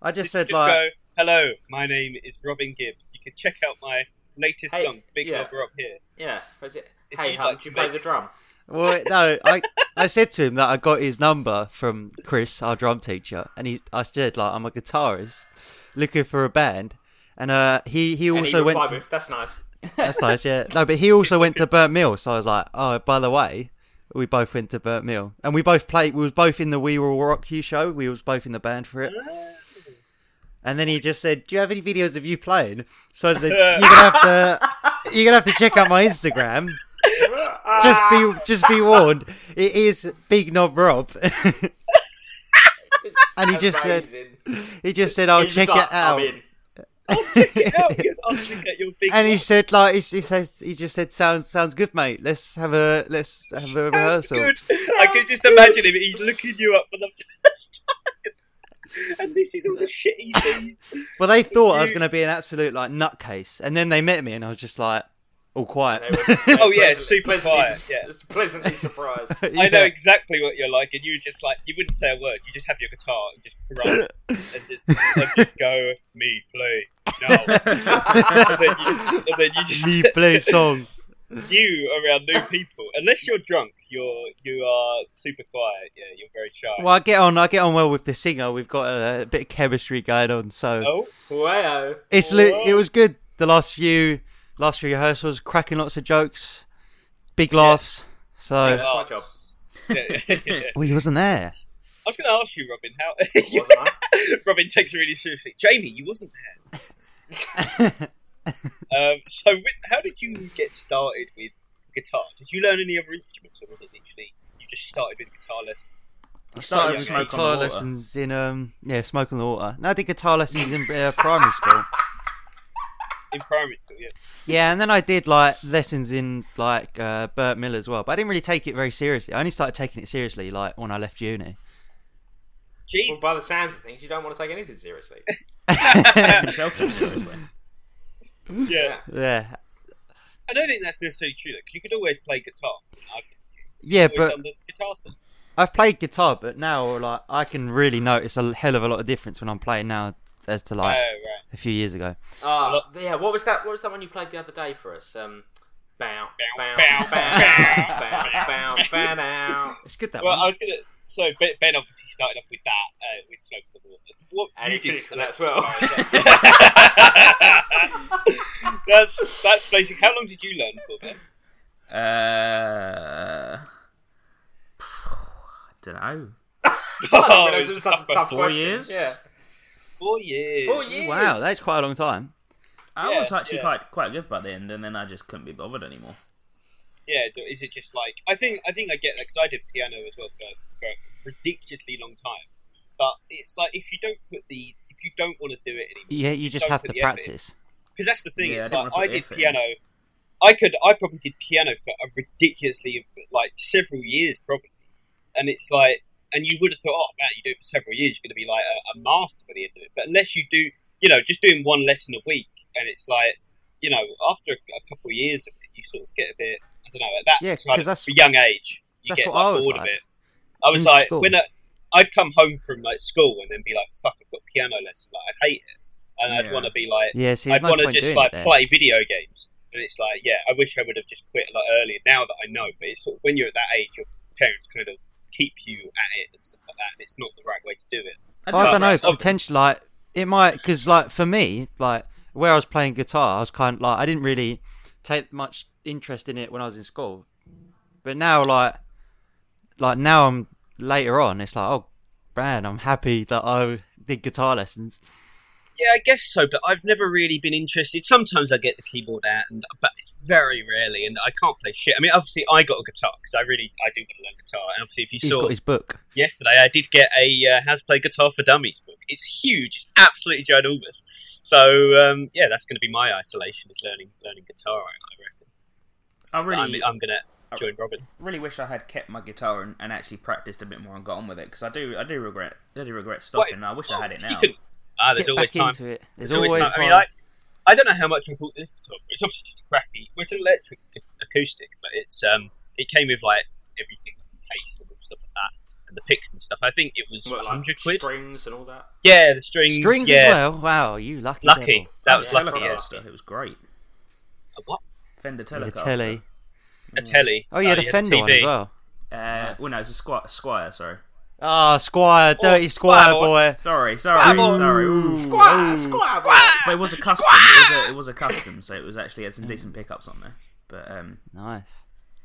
D: I just
A: just,
D: said
A: just
D: like.
A: go, hello, my name is Robin Gibbs. You can check out my latest
B: Hey,
A: song, Big
B: yeah.
A: Lover Up Here.
B: Yeah. Was it?
A: If
B: Hey,
A: you'd
B: hum,
A: like
B: do you
A: to
B: play
A: make-
B: the drum?
D: Well, no, I I said to him that I got his number from Chris, our drum teacher, and he I said like I'm a guitarist looking for a band, and uh, he he
B: And he
D: also
B: replied
D: went. To,
B: with, "That's nice."
D: that's nice, yeah. No, but he also went to Burnt Mill, so I was like, oh, by the way, we both went to Burnt Mill, and we both played. We was both in the We Will Rock You show. We was both in the band for it. And then he just said, "Do you have any videos of you playing?" So I said, "You're gonna have to, you're gonna have to check out my Instagram." just be
A: Ah.
D: just be warned, it is Big Knob Rob. and he just said,
B: Amazing.
D: he just said, "I'll
B: He was
D: check
B: like,
D: it out."
B: I'm in.
A: check it out. Yes, I'll check out your big.
D: And he said, like, he, he says, he just said, "Sounds sounds good, mate. Let's have a let's have a rehearsal."
A: Good. I could just imagine him. He's looking you up for the first time. And this is all the shit he sees.
D: Well, they thought I was
A: You-
D: going to be an absolute like nutcase, and then they met me, and I was just like, all quiet.
B: They were- they were
A: Oh, yeah,
B: pleasantly-
A: super
B: pleasantly,
A: quiet,
B: dis-
A: yeah.
B: just pleasantly surprised.
A: I know
D: Yeah.
A: exactly what you're like, and you just like you wouldn't say a word. You just have your guitar and just run and just, and just go me play now, and, then you, and then you just
D: Me play song.
A: you around new people. Unless you're drunk, you're you are super quiet. Yeah, you're very shy.
D: Well, I get on. I get on well with the singer. We've got a, a bit of chemistry going on, so
A: Oh,
B: Wow.
D: it's li- it was good. The last few last few rehearsals, cracking lots of jokes, big laughs. So
B: That's my job.
A: yeah, yeah, yeah.
D: well, he wasn't there.
A: I was going to ask you, Robin. How you-
B: Wasn't I?
A: Robin takes it really seriously. Jamie, you wasn't there. um, so, wi- how did you get started with guitar? Did you learn any other instruments, or was it literally you just started with guitar lessons?
C: I
D: Started
C: started
D: with
C: with smoke
D: guitar
C: on the water.
D: lessons in um yeah, smoke on the water. No, I did guitar lessons in uh, primary school.
A: in primary school? Yeah.
D: Yeah, and then I did like lessons in like uh, Bert Miller as well, but I didn't really take it very seriously. I only started taking it seriously like when I left uni.
A: Jeez,
B: Well, by the sounds of things, you don't want to take anything seriously.
C: Himself, seriously.
A: yeah.
D: Yeah,
A: I don't think that's necessarily true because you could always play guitar. I've
D: yeah,
A: always
D: but
A: done the guitar stuff.
D: I've played guitar, but now like I can really notice a hell of a lot of difference when I'm playing now as to
A: Oh
D: like
A: right.
D: a few years ago.
B: Ah, yeah. What was that? What was that one you played the other day for us? Um, bow, bow,
A: Bow, bow,
B: bow, bow, bow, bow, bow, bow.
D: It's good that
A: Well, I
D: one.
A: was gonna. So Ben, ben obviously started off with that uh, with smoke on the water. What
B: And
A: you
B: he
A: did Oh,
B: finished
A: for
B: with that as well.
A: that's that's basic. How long did you learn for, Ben?
C: Uh, I don't know.
B: Oh,
A: it
B: those
A: was
B: are such
A: tough
B: tough
C: four
B: questions.
C: years?
B: Yeah,
A: Four years.
B: four years.
D: Wow, that's quite a long time.
C: I
A: Yeah,
C: was actually
A: yeah.
C: quite quite good by the end, and then I just couldn't be bothered anymore.
A: Yeah. so Is it just like I think I think I get that because I did piano as well for, for a ridiculously long time. But it's like if you don't put the if you don't want to do it anymore,
D: Yeah, you just
A: Don't
D: have
A: put
D: to
A: the effort in.
D: practice.
A: because that's the thing.
C: Yeah,
A: it's
C: I
A: like I
C: didn't wanna put the
A: did
C: effort in.
A: piano. I could. I probably did piano for a ridiculously like several years probably, and it's like, and you would have thought, oh man, you do it for several years, you're going to be like a, a master by the end of it. But unless you do, you know, just doing one lesson a week, and it's like, you know, after a, a couple of years of it, you sort of get a bit. I don't know. At that
D: Yeah,
A: kind
D: 'cause
A: of
D: that's-
A: young age, you
D: that's
A: get
D: what
A: like,
D: I was
A: bored of
D: like.
A: it. I was
D: In
A: like,
D: school.
A: when I, I'd come home from like school and then be like, fuck, I've got piano lesson. Like I'd hate it, and I'd
C: Yeah.
A: want to be like
D: Yeah, see,
A: I'd
D: there's no
A: want to
D: point
A: just
D: doing
A: like
D: it then.
A: play video games. And it's like, yeah, I wish I would have just quit a lot earlier now that I know. But it's sort of when you're at that age, your parents kind of keep you at it and stuff like that. And it's not the right way to do it.
D: I don't know.
A: that's obvious.
D: Potentially, like it might because like for me, like where I was playing guitar, I was kind of like I didn't really take much interest in it when I was in school, but now like like now I'm later on. It's like oh man, I'm happy that I did guitar lessons.
A: Yeah, I guess so, but I've never really been interested. Sometimes I get the keyboard out, and but it's very rarely, and I can't play shit. I mean, obviously, I got a guitar because I really I do want to learn guitar. And obviously, if you
D: He's
A: saw
D: got his book.
A: yesterday, I did get a uh, How to Play Guitar for Dummies book. It's huge. It's absolutely ginormous. So um, yeah, that's going to be my isolation is learning learning guitar. I I reckon.
C: I really,
A: I'm, I'm going to join Robin.
C: really wish I had kept my guitar and, and actually practiced a bit more and got on with it because I do, I do regret, I do regret stopping. I wish I had it
A: You
C: now.
A: could- ah, there's
D: Get
A: always
D: back
A: time.
D: into it. There's,
A: It's always,
D: always
A: not-
D: time.
A: I mean, I, I don't know how much I bought this guitar. but It's obviously just crappy. Well, It's an electric ac- acoustic, but it's um, it came with like everything, like the case and all stuff like that, and the picks and stuff. I think it was
B: What, like
A: hundred quid.
B: strings and all that.
A: yeah, the strings.
D: Strings
A: yeah,
D: as well. Wow, you lucky.
A: Lucky.
D: devil.
A: That was
B: Yeah,
A: lucky.
B: lucky.
A: Yeah.
C: Telecaster, it was great.
A: A what?
C: Fender
D: Yeah,
C: Telecaster.
D: The telly.
A: A telly.
D: Oh, you had a
A: yeah,
D: Fender one
A: TV.
D: as well.
C: Uh, well, no, it's a Squire. Squire sorry.
D: Ah, Squire, dirty
A: Oh, Squire
D: Squire
A: boy.
D: boy.
C: Sorry, sorry,
A: Squire.
C: sorry. Ooh.
B: Squire, squire,
C: But it was a custom. It was a, it was a custom, so it was actually
A: Mm.
C: had some decent pickups on there. But um,
D: Nice.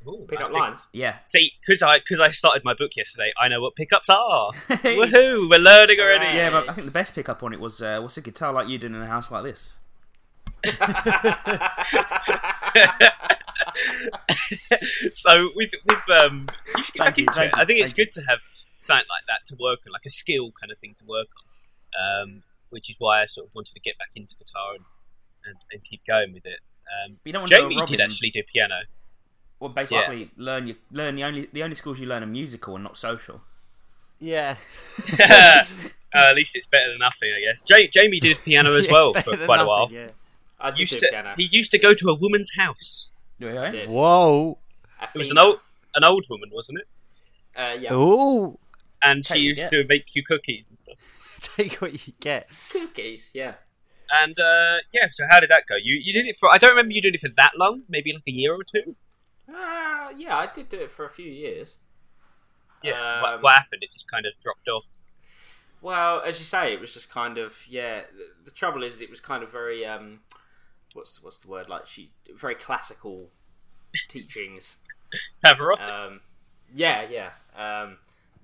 A: Ooh,
B: Pick
A: I
B: up
A: think-
B: lines.
C: yeah,
A: See, because I because I started my book yesterday, I know what pickups are.
C: Hey.
A: Woohoo! We're learning already.
C: yeah. But I think the best pickup on it was uh, what's a guitar like you doing in a house like this?
A: so with with um, you should get
C: Thank
A: back
C: you,
A: into
C: thank
A: it.
C: you,
A: I think it's
C: thank
A: good to have something like that to work on, like a skill kind of thing to work on. Um, which is why I sort of wanted to get back into guitar and and, and keep going with it. Um,
C: But you don't want to do a
A: Jamie
C: Robin.
A: did actually do piano.
C: Well, basically, learn your learn the only the only schools you learn are musical and not social.
D: Yeah.
A: uh, at least it's better than nothing, I guess. Ja- Jamie did piano as
D: It's
A: well
D: better
A: for
D: than
A: quite a
D: nothing,
A: while.
D: yeah.
B: I did
A: Used
B: do
A: to-
B: piano.
A: he used to go to a woman's house.
C: You know?
B: Did.
D: Whoa.
B: I
A: It was
B: think-
A: an old Oh. an old woman, wasn't it?
B: Uh, yeah.
D: Ooh.
A: And she
C: Take
A: used
C: it.
A: to make you cookies and stuff.
D: Take what you get.
B: Cookies. Yeah.
A: And uh, yeah, so how did that go? You you did it for I don't remember you doing it for that long, maybe like a year or two.
B: Uh, yeah, I did do it for a few years.
A: Yeah,
B: Um,
A: what, what happened? It just kind of dropped off.
B: Well, as you say, it was just kind of yeah. The, the trouble is, it was kind of very um, what's what's the word like? She very classical teachings.
A: Pavarotti.
B: Um, yeah, yeah. Um,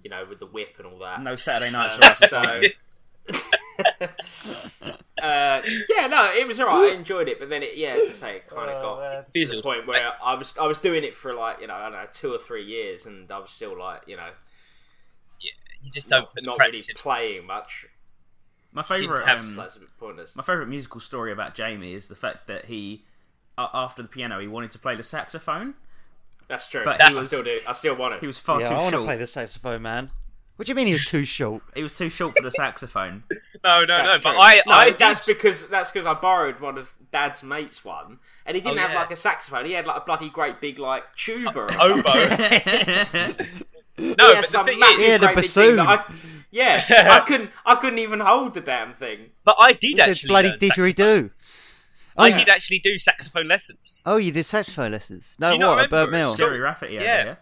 B: you know, with the whip and all that.
C: No Saturday nights.
B: Um,
C: were out for
B: so.
C: fun.
B: Uh, yeah, no, it was alright. I enjoyed it, but then it, yeah, as I say, it kind of got to the
A: Fizzled.
B: point where I was I was doing it for like you know I don't know two or three years, and I was still like you know
A: you just don't
B: not,
A: put the
B: not really
A: practice in.
B: playing much.
C: my
B: So
C: favorite
A: have
C: um,
B: that's a bit pointless.
C: my favorite musical story about Jamie is the fact that he a- after the piano he wanted to play the saxophone.
B: That's true.
C: But
B: I
C: he was-
B: still do. I still want
C: He
B: to.
C: was far
D: yeah,
C: too
D: I want to
C: short.
D: play the saxophone, man. What do you mean he was too short?
C: He was too short for the saxophone.
A: No, no, no.
B: That's
A: But
B: true.
A: I,
B: No,
A: I
B: that's
A: did.
B: because that's because I borrowed one of Dad's mates one, and he didn't
A: Oh,
B: have
A: yeah. Uh,
B: like a saxophone. He had like a bloody great big like tuba. Or something.
A: Oboe.
B: He
A: No,
B: had
A: but the
B: some
A: thing
B: massive
A: is,
D: Yeah, the
B: great big thing that I-
D: bassoon.
B: yeah, I couldn't. I couldn't even hold the damn thing.
A: but I did
D: He
A: actually.
D: said bloody
A: learn saxophone.
D: didgeridoo.
A: I
D: yeah.
A: did actually do saxophone lessons.
D: Oh, you did saxophone lessons? No,
A: Do you not
D: what? At
A: remember
D: Bird
A: it?
D: Mill?
A: Still-
C: Jerry Rafferty. Yeah.
A: Yeah.
C: yeah.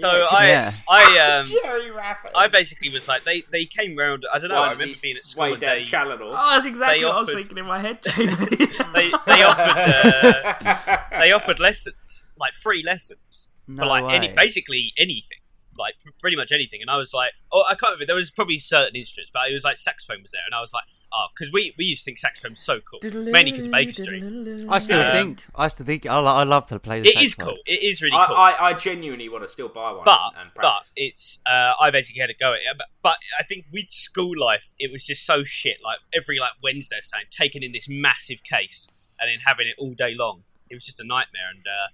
A: So
B: Yeah,
A: I,
D: yeah.
A: I, um,
B: Jerry Rafferty.
A: I basically was like they, they came round. I don't know.
B: One
A: I
B: of
A: remember
B: these
A: being at school
B: way
A: and
B: down
A: they,
B: Channel.
C: Oh, that's exactly
A: They
C: what I was
A: offered-
C: thinking in my head, Jamie.
A: they they offered. Uh, they offered lessons, like free lessons
D: No
A: for like any,
D: way.
A: basically anything, like pr- pretty much anything. And I was like, oh, I can't remember. There was probably certain instruments, but it was like saxophone was there, and I was like, oh, because we we used to think saxophone was so cool, mainly because Baker Street.
D: I still
A: Yeah.
D: think. I still think. I, lo- I love to play the
A: It is
D: saxophone.
A: cool. It is really
B: I,
A: cool.
B: I, I genuinely want to still buy one
A: but
B: and
A: but
B: practice.
A: it's uh, I basically had to go. at it. But, but I think with school life, it was just so shit. Like every like Wednesday, or something, taking in this massive case and then having it all day long. It was just a nightmare. And uh,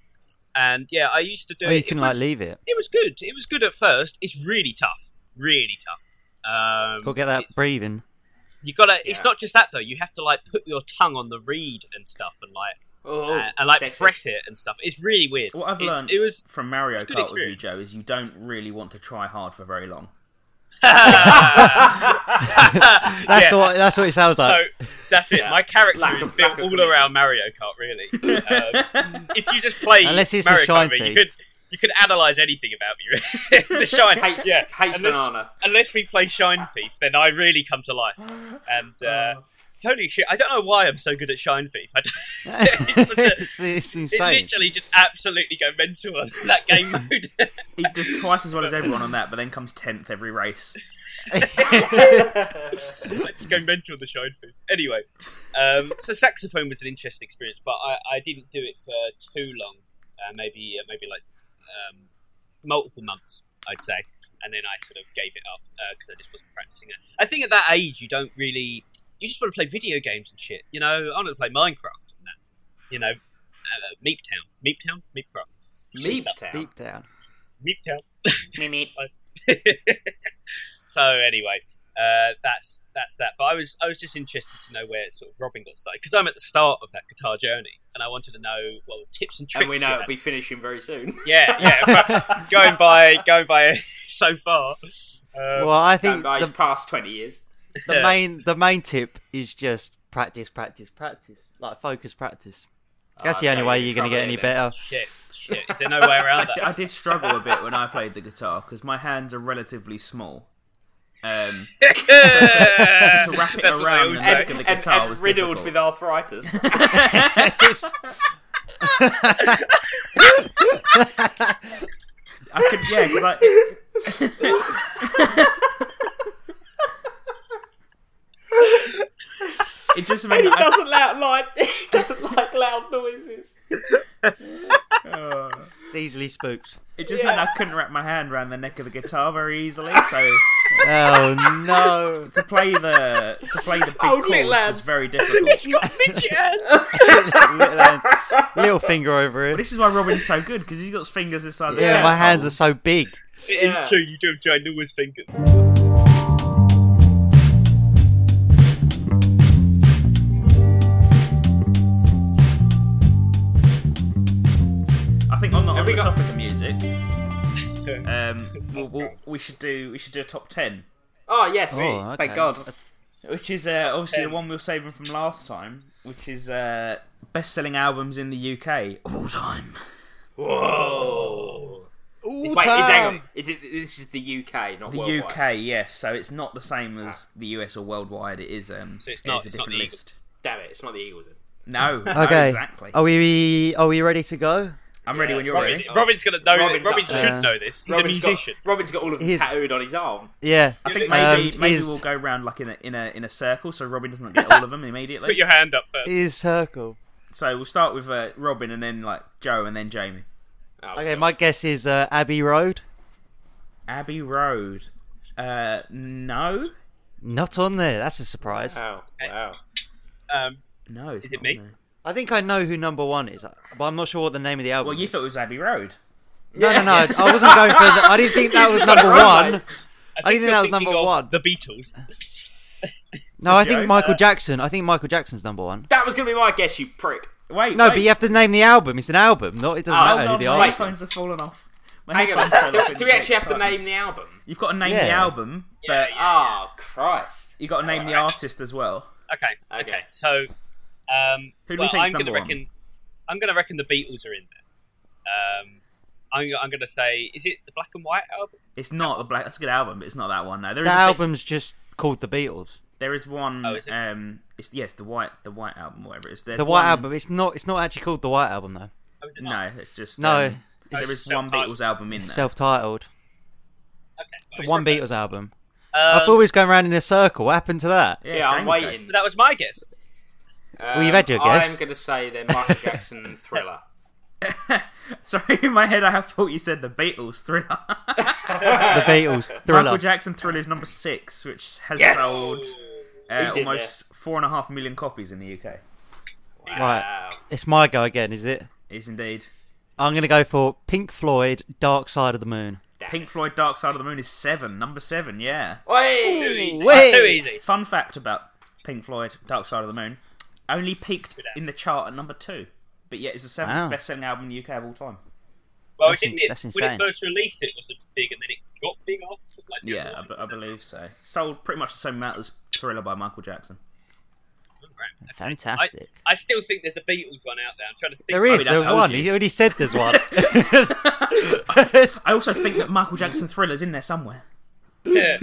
A: and yeah, I used to do.
D: Or
A: it.
D: you
A: It
D: can
A: was-
D: like leave it.
A: it was good. It was good at first. It's really tough. Really tough. Um,
D: Go get that
A: it's-
D: breathing.
A: You gotta. It's
B: Yeah.
A: not just that though. You have to like put your tongue on the reed and stuff, and like
B: oh,
A: and, and, uh, like
B: sexy.
A: press it and stuff. It's really weird.
C: What I've
A: It's-
C: learned
A: It was
C: from Mario
A: good
C: Kart with you,
A: experience.
C: Joe, is you don't really want to try hard for very long.
D: That's
A: Yeah.
D: what that's what it sounds like.
A: So that's it.
B: Yeah.
A: My character
B: Lack
A: is
B: of-
A: built
B: lack of
A: all
B: commitment.
A: around Mario Kart, really. Um, if you just play
D: Unless it's a
A: Mario
D: shine
A: Kart, I mean, you
D: thief.
A: could you could analyze anything about me. really. the shine
B: Hates-
A: yeah.
B: hates
A: unless,
B: banana.
A: Unless we play Shine Thief, then I really come to life. And uh, holy shit, I don't know why I'm so good at Shine Thief. I don't, it's such a-
D: it's, it's
A: it
D: insane.
A: literally just absolutely go mental on that game mode.
C: He does twice as well as everyone on that, but then comes tenth every race.
A: I just go mental with the shine food. Anyway, um, so saxophone was an interesting experience, but I, I didn't do it for too long. Uh, maybe uh, maybe like um, multiple months, I'd say, and then I sort of gave it up because I just wasn't practicing it. I think at that age, you don't really you just want to play video games and shit. You know, I want to play Minecraft and that. You know, uh, Meeptown, Meeptown, Meepcraft,
B: Leap town.
D: Deep down.
A: Meeptown.
B: Meep.
A: so anyway, uh, that's that's that. But I was I was just interested to know where sort of Robin got started because I'm at the start of that guitar journey, and I wanted to know well tips and tricks.
B: And we
A: you
B: know it'll
A: had.
B: be finishing very soon.
A: yeah, yeah, but going by going by so far. Uh,
D: Well, I
B: Done
D: think
B: by his
D: the,
B: past 20 years.
D: the main the main tip is just practice, practice, practice. Like focus, practice.
B: Oh,
D: That's
C: Ah,
D: the
B: I
D: only
B: tell
D: way
B: you,
D: you're gonna
B: trouble
D: get any
B: here, then.
D: better.
A: shit, shit. Is there no way around
C: I,
A: that?
C: I did struggle a bit when I played the guitar because my hands are relatively small. Um, to wrap it
A: That's what they
C: around
A: all
C: and
A: say.
C: make the
B: And,
C: guitar
B: and
C: was
B: riddled
C: difficult.
B: with arthritis.
C: I could, yeah, because I, it just made
B: he
C: me. I,
B: doesn't like loud, he doesn't like loud noises.
C: oh.
D: It's easily spooked.
C: it just meant I couldn't wrap my hand around the neck of the guitar very easily. So
D: Oh no!
C: to play the to play the big
B: Old little
C: chords was
B: lads.
C: very difficult.
A: got midget hands.
D: little, hand- little finger over
C: But
D: it.
C: this is why Robin's so good because he's got his fingers the size of
D: Yeah, my
C: tadpoles.
D: hands are so big.
A: It is
B: Yeah.
A: true. You do have ginormous fingers.
C: I think on the, on
B: we
C: the
B: got-
C: topic of music, um, we'll, we'll, we should do we should do a top ten,
B: Oh, yes.
D: Oh, okay.
B: Thank God.
C: which is uh, obviously the
A: Ten.
C: one we were saving from last time, which is uh, best selling albums in the UK of all time.
B: Whoa.
D: All
B: Wait, is, hang on. is it? This is the UK, not
C: The
B: worldwide.
C: UK, yes, so it's not the same as the US or worldwide. It is um,
A: So it's
C: it
A: not-
C: is
A: it's
C: a
A: not
C: different
A: the Eagles.
C: list.
B: Damn it! It's not the Eagles. Then.
C: No, no,
D: Okay. Oh,
C: exactly.
D: Are we are we ready to go?
C: I'm ready
B: Yeah,
C: when you're
A: Robin,
C: ready.
A: Robin's gonna know.
B: Robin's
A: Robin's Robin
B: up
A: should
B: there.
D: Yeah.
A: know this. He's
B: Robin's
A: a musician.
B: Got, Robin's got all of them
D: He's-
B: tattooed on his arm.
D: Yeah.
C: I think
D: Um,
C: maybe maybe
D: is-
C: we'll go round like in a in a in a circle, so Robin doesn't get all of them immediately.
A: Put your hand up first.
D: Is circle.
C: So we'll start with uh, Robin, and then like Joe, and then Jamie.
B: Oh,
D: Okay,
B: God.
D: my guess is uh, Abbey Road.
C: Abbey Road. Uh, no,
D: Not on there. That's a surprise.
C: Uh.
B: Oh wow.
A: Um,
C: no. It's
A: Is it
C: not
A: me?
C: on there.
D: I think I know who number one is, but I'm not sure what the name of the album.
C: Well, you
D: is.
C: thought it was Abbey Road.
D: no, no, no. I wasn't going for. The, I didn't think that was number
B: right.
D: one. I didn't think
A: you're
D: that was
A: thinking
D: number
A: of
D: one.
A: The Beatles.
D: No, I
C: joke.
D: think Michael Jackson. I think Michael Jackson's number one.
B: That was gonna be my guess, you prick.
C: Wait,
D: No,
C: wait.
D: but you have to name the album. It's an album. Not. It doesn't
B: Oh,
D: matter who
C: God,
D: the
C: my
D: artist. is.
C: headphones have fallen off. My
B: Hang on.
C: headphones
B: let's-
C: fell off
B: do-
C: in
B: Do we
C: the
B: actually have to
C: excitement.
B: name the album?
C: You've got to name the
D: Yeah.
C: album,
A: Yeah,
C: but
A: yeah.
B: Ah, Christ.
C: you got to name the
B: Alright.
C: artist as well.
A: Okay.
B: Okay.
A: So, um,
C: Who do we
A: well,
C: think's
A: I'm going to
C: number one?
A: reckon. I'm going to reckon the Beatles are in there. Um, I'm, I'm going to say, is it the Black and White album?
C: It's not the black. That's a good album, but it's not that one. No, there is
D: The
C: a bit-
D: album's just called The Beatles.
C: there is one.
A: Oh, is it?
C: um, it's yes, the white, the white album, whatever it is. There's
D: The White
C: one-
D: Album. It's not. It's not actually called The White Album though.
A: Oh, is it not?
C: No, it's just
D: No.
C: um, there is
A: It's
C: one
A: self-titled.
C: Beatles album in
D: It's
C: there.
D: self-titled.
A: Okay.
D: The
A: well,
D: one
A: it's-
D: Beatles album.
A: Um,
D: I thought we was going round in a circle. What happened to that?
B: Yeah, I'm
C: James, though.
B: waiting.
A: That was my guess.
B: Um,
D: you've had your guess.
B: I'm gonna say then Michael Jackson Thriller.
C: Sorry, in my head I thought you said the Beatles thriller.
D: The Beatles
C: Michael
D: thriller.
C: Jackson thriller is number six, which has
B: Yes!
C: sold uh,
B: He's in
C: almost four and a half million copies in the UK.
D: Right.
B: Wow.
D: It's my go again, is it?
C: It Is indeed.
D: I'm gonna go for Pink Floyd, Dark Side of the Moon.
B: Damn
C: Pink
B: it.
C: Floyd Dark Side of the Moon is seven, number seven, yeah.
B: Oi!
A: Too easy. Oh,
D: Wait.
A: Too easy.
C: Fun fact about Pink Floyd Dark Side of the Moon only peaked in the chart at number two, but yet it's the seventh
D: Wow.
C: best selling album in the UK of all time.
A: Well,
D: That's
A: it didn't
D: in-
A: it?
D: that's
A: When it
D: insane.
A: first released, it wasn't big, and then it got big after. Like,
C: Yeah, I, be- I believe so. Sold pretty much the same amount as Thriller by Michael Jackson.
D: Fantastic.
A: I still think there's a Beatles one out there. I'm trying to think.
D: there is.
C: mean, I
D: There's
C: told
D: one.
C: you.
D: He already said there's one.
C: I also think that Michael Jackson Thriller's in there somewhere.
A: Yeah.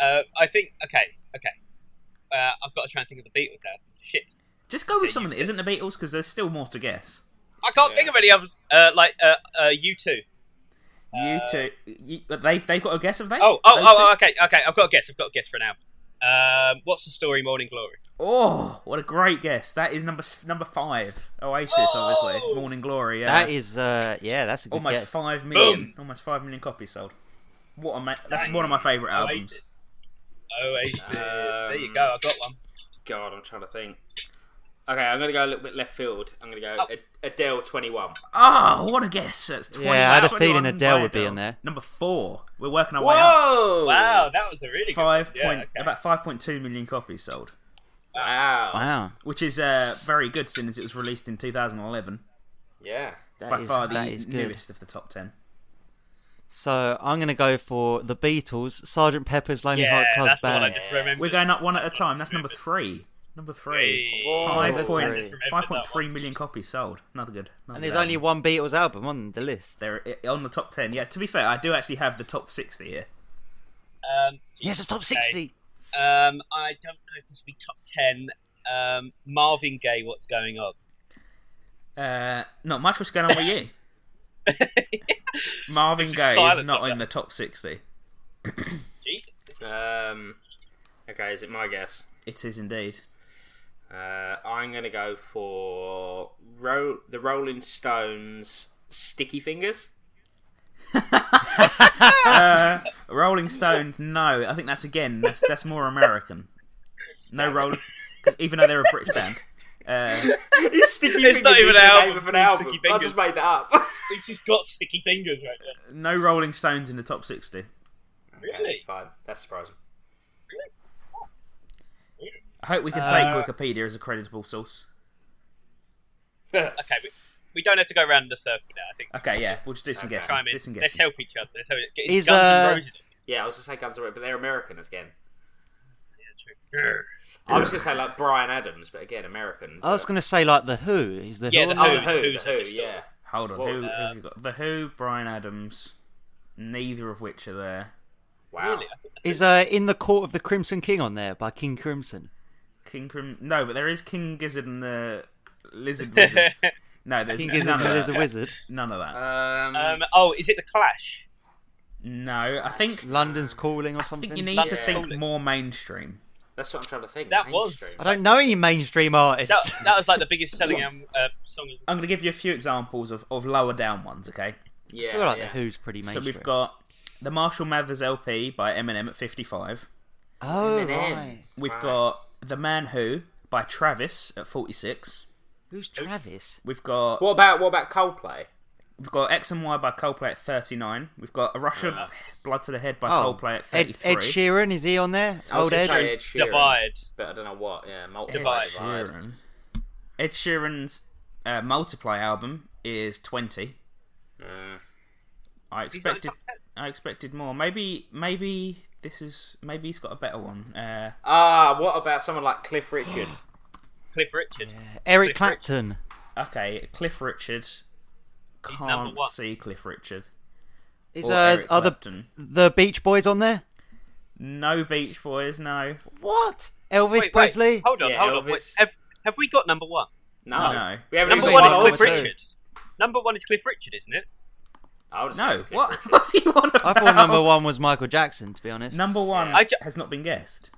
A: uh, I think. Okay. Okay. Uh, I've got to try and think of the Beatles album. Shit.
C: Just go with someone that isn't the Beatles because there's still more to guess.
A: I can't think of any others. Uh, like uh, uh, you two.
C: You two, you, they they've got a guess, have they?
A: Oh, oh,
C: Those
A: oh,
C: two?
A: oh, okay, okay. I've got a guess. I've got a guess for an album. Um, what's the story? Morning Glory.
C: Oh, what a great guess! That is number s- number five. Oasis, obviously.
A: Oh!
C: Morning Glory. Yeah.
D: That is. Uh, yeah, that's a good
C: almost
D: guess.
C: five million. Almost five million copies sold. What a ma- that's one of my favorite albums.
A: Oasis.
D: Um,
A: Oasis. there you go. I got one.
B: God, I'm trying to think. Okay, I'm gonna go a little bit left field. I'm gonna go
A: Oh.
B: Ad- Adele 21.
C: Oh, what a guess! That's 20,
D: Yeah, I had a
C: 21
D: feeling Adele
C: by
D: would be in there.
C: Number four. We're working our way up.
B: Whoa!
A: Wow, that was a really
C: Five
A: good one.
C: point
A: Yeah, okay.
C: about five point two million copies sold,
B: Wow.
D: Wow.
C: which is uh, very good since it was released in 2011.
B: Yeah.
D: That
C: By
D: is,
C: far the
D: that is good.
C: newest of the top ten.
D: So I'm going to go for the Beatles, Sergeant Pepper's Lonely
A: Yeah,
D: Heart Club
A: that's the one I
D: Band.
A: just remembered.
C: We're going up one at a time. That's number three. Number three.
A: Whoa.
C: Five
D: Number
C: point
D: three.
C: five point three million copies sold. Another good. another
D: And there's
C: good
D: only
C: album.
D: one Beatles album on the list.
C: they're i- on the top ten. Yeah. To be fair, I do actually have the top sixty here.
A: Um,
D: Yes, it's top 60.
A: um, I don't know if this will be top ten. Um, Marvin Gaye, what's going on?
C: Uh, not much. What's going on with you? Marvin
A: It's
C: Gaye is
A: silent
C: not
A: on
C: in
A: that.
C: the top sixty.
A: Jesus.
B: Um. Okay, is it my guess?
C: It is indeed.
B: Uh, I'm gonna go for Ro- the Rolling Stones. Sticky fingers.
C: Uh, Rolling Stones. No, I think that's again. That's that's more American. No Rolling, because even though they're a British band. Uh,
B: it's sticky
A: It's not even
B: is the
A: an
B: Name
A: album.
B: of an
A: It's
B: album.
A: Sticky
B: I
A: Fingers.
B: just made that up.
A: He's just got sticky fingers right there.
C: no Rolling Stones in the top sixty.
A: Really?
B: Fine. That's surprising.
C: I hope we can
D: Uh,
C: take Wikipedia as a creditable source.
A: Okay, we, we don't have to go round the circle now. I think.
C: Okay, yeah, we'll just do some
B: Okay.
C: guessing.
A: Chime in.
C: Do some
A: Let's
C: guessing.
A: help each other. Let's help. Get
D: Is,
A: Guns N'
D: uh,
A: Roses.
B: Yeah, I was gonna say Guns N' Roses, but they're American again.
A: Yeah, true.
B: I was gonna say like Brian Adams, but again American.
D: I was going to say, like, The Who. Is The
A: Yeah,
D: Who
A: The
D: on
B: Oh,
D: there?
B: the Who, the
A: Who's-
B: Who,
A: Who's-
B: yeah.
C: Hold on,
B: What-
C: who, who have you got? The Who, Brian Adams, neither of which are there.
B: Wow.
A: Really? I think that's
D: Is uh, In the Court of the Crimson King on there by King Crimson?
C: King Crim, no, but there is King Gizzard and the Lizard Wizards. No, there's
D: King
C: none,
D: Gizzard
C: of
D: and
C: that.
D: Lizard Uh, Wizard.
C: none of that.
B: Um,
A: Um, oh, is it the Clash?
C: no, I think
D: London's Calling or
C: I
D: something.
C: think you need to
A: Yeah.
C: think more mainstream.
B: that's what I'm trying to think.
A: That was-
D: I don't know any mainstream artists.
A: That, that was like the biggest selling um, uh, song. of-
C: I'm going to give you a few examples of, of lower down ones, okay?
B: Yeah,
D: I feel like
B: yeah.
D: The Who's pretty mainstream.
C: So we've got the Marshall Mathers LP by Eminem at 55.
D: Oh,
B: Eminem.
D: right.
C: We've
B: Right.
C: got The Man Who by Travis at 46.
D: Who's Travis?
C: We've got
B: What about what about Coldplay?
C: We've got X and Y by Coldplay at 39. We've got A Rush of Blood to the Head by
D: Oh,
C: Coldplay at
D: Ed,
C: 33.
D: Ed Sheeran, is he on there?
B: I was
D: Old
B: gonna
D: Ed?
B: say Ed Sheeran,
A: Divide.
B: but I don't know what. Yeah, multi
C: Ed
A: Divide.
C: Sheeran. Ed Sheeran's uh, Multiply album is 20. I
A: He's not in
C: expected
A: the top 10.
C: I expected more. Maybe maybe this is maybe he's got a better one. Uh,
B: Ah, what about someone like Cliff Richard?
A: Cliff Richard.
D: Eric Clapton.
C: okay, Cliff Richard.
A: number
C: Can't
A: one.
C: see Cliff Richard.
D: Is
C: Or
D: uh,
C: Eric
D: are the,
C: Clapton.
D: the Beach Boys on there?
C: No Beach Boys, no.
D: What? Elvis
A: Wait, wait,
D: Presley?
A: hold on,
B: Yeah,
A: hold on. Wait,
B: Elvis.
A: have, have we got number one?
B: No,
C: No.
B: we haven't
A: Number
B: even
A: one
B: got
A: is
D: got
B: an
A: Cliff
D: number
B: answer.
D: two.
A: Richard. Number one is Cliff Richard, isn't it?
B: I would say
C: No,
B: Cliff
C: what?
B: Richard.
C: What's he on about?
D: I thought number one was Michael Jackson, to be honest.
C: Number one
A: I ju-
C: has not been guessed.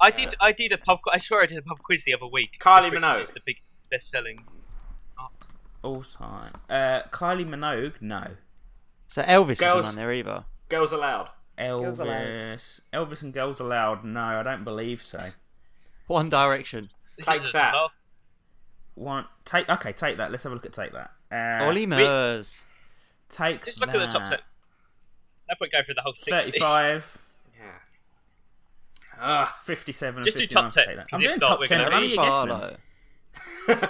A: I did. I did a pub. qu- I swear I did a pub quiz the other week.
B: Kylie
A: Cliff
B: Minogue.
A: Richard is the big best-selling.
C: All time. Uh, Kylie Minogue, no.
D: So Elvis
B: Girls-
D: isn't on there either.
B: Girls Aloud.
C: Elvis. Elvis and Girls Aloud, no, I don't believe so.
D: One Direction.
A: This
B: Take
A: is a
B: that.
A: disaster.
C: One, take okay, take that. Let's have a look at take that. Uh,
D: Ollie Murs.
C: take
A: Just look
C: that.
A: at the top ten. No point going through the whole sixty.
C: 35,
B: Yeah. Ah.
C: 57,
A: Just do
C: and 59.
A: top 10,
C: take that.
A: 'cause
C: I'm
A: if
C: doing
A: not,
C: top
A: we're
C: 10.
A: gonna
C: but I'm only
D: Barry
C: guessing.
D: Barlow.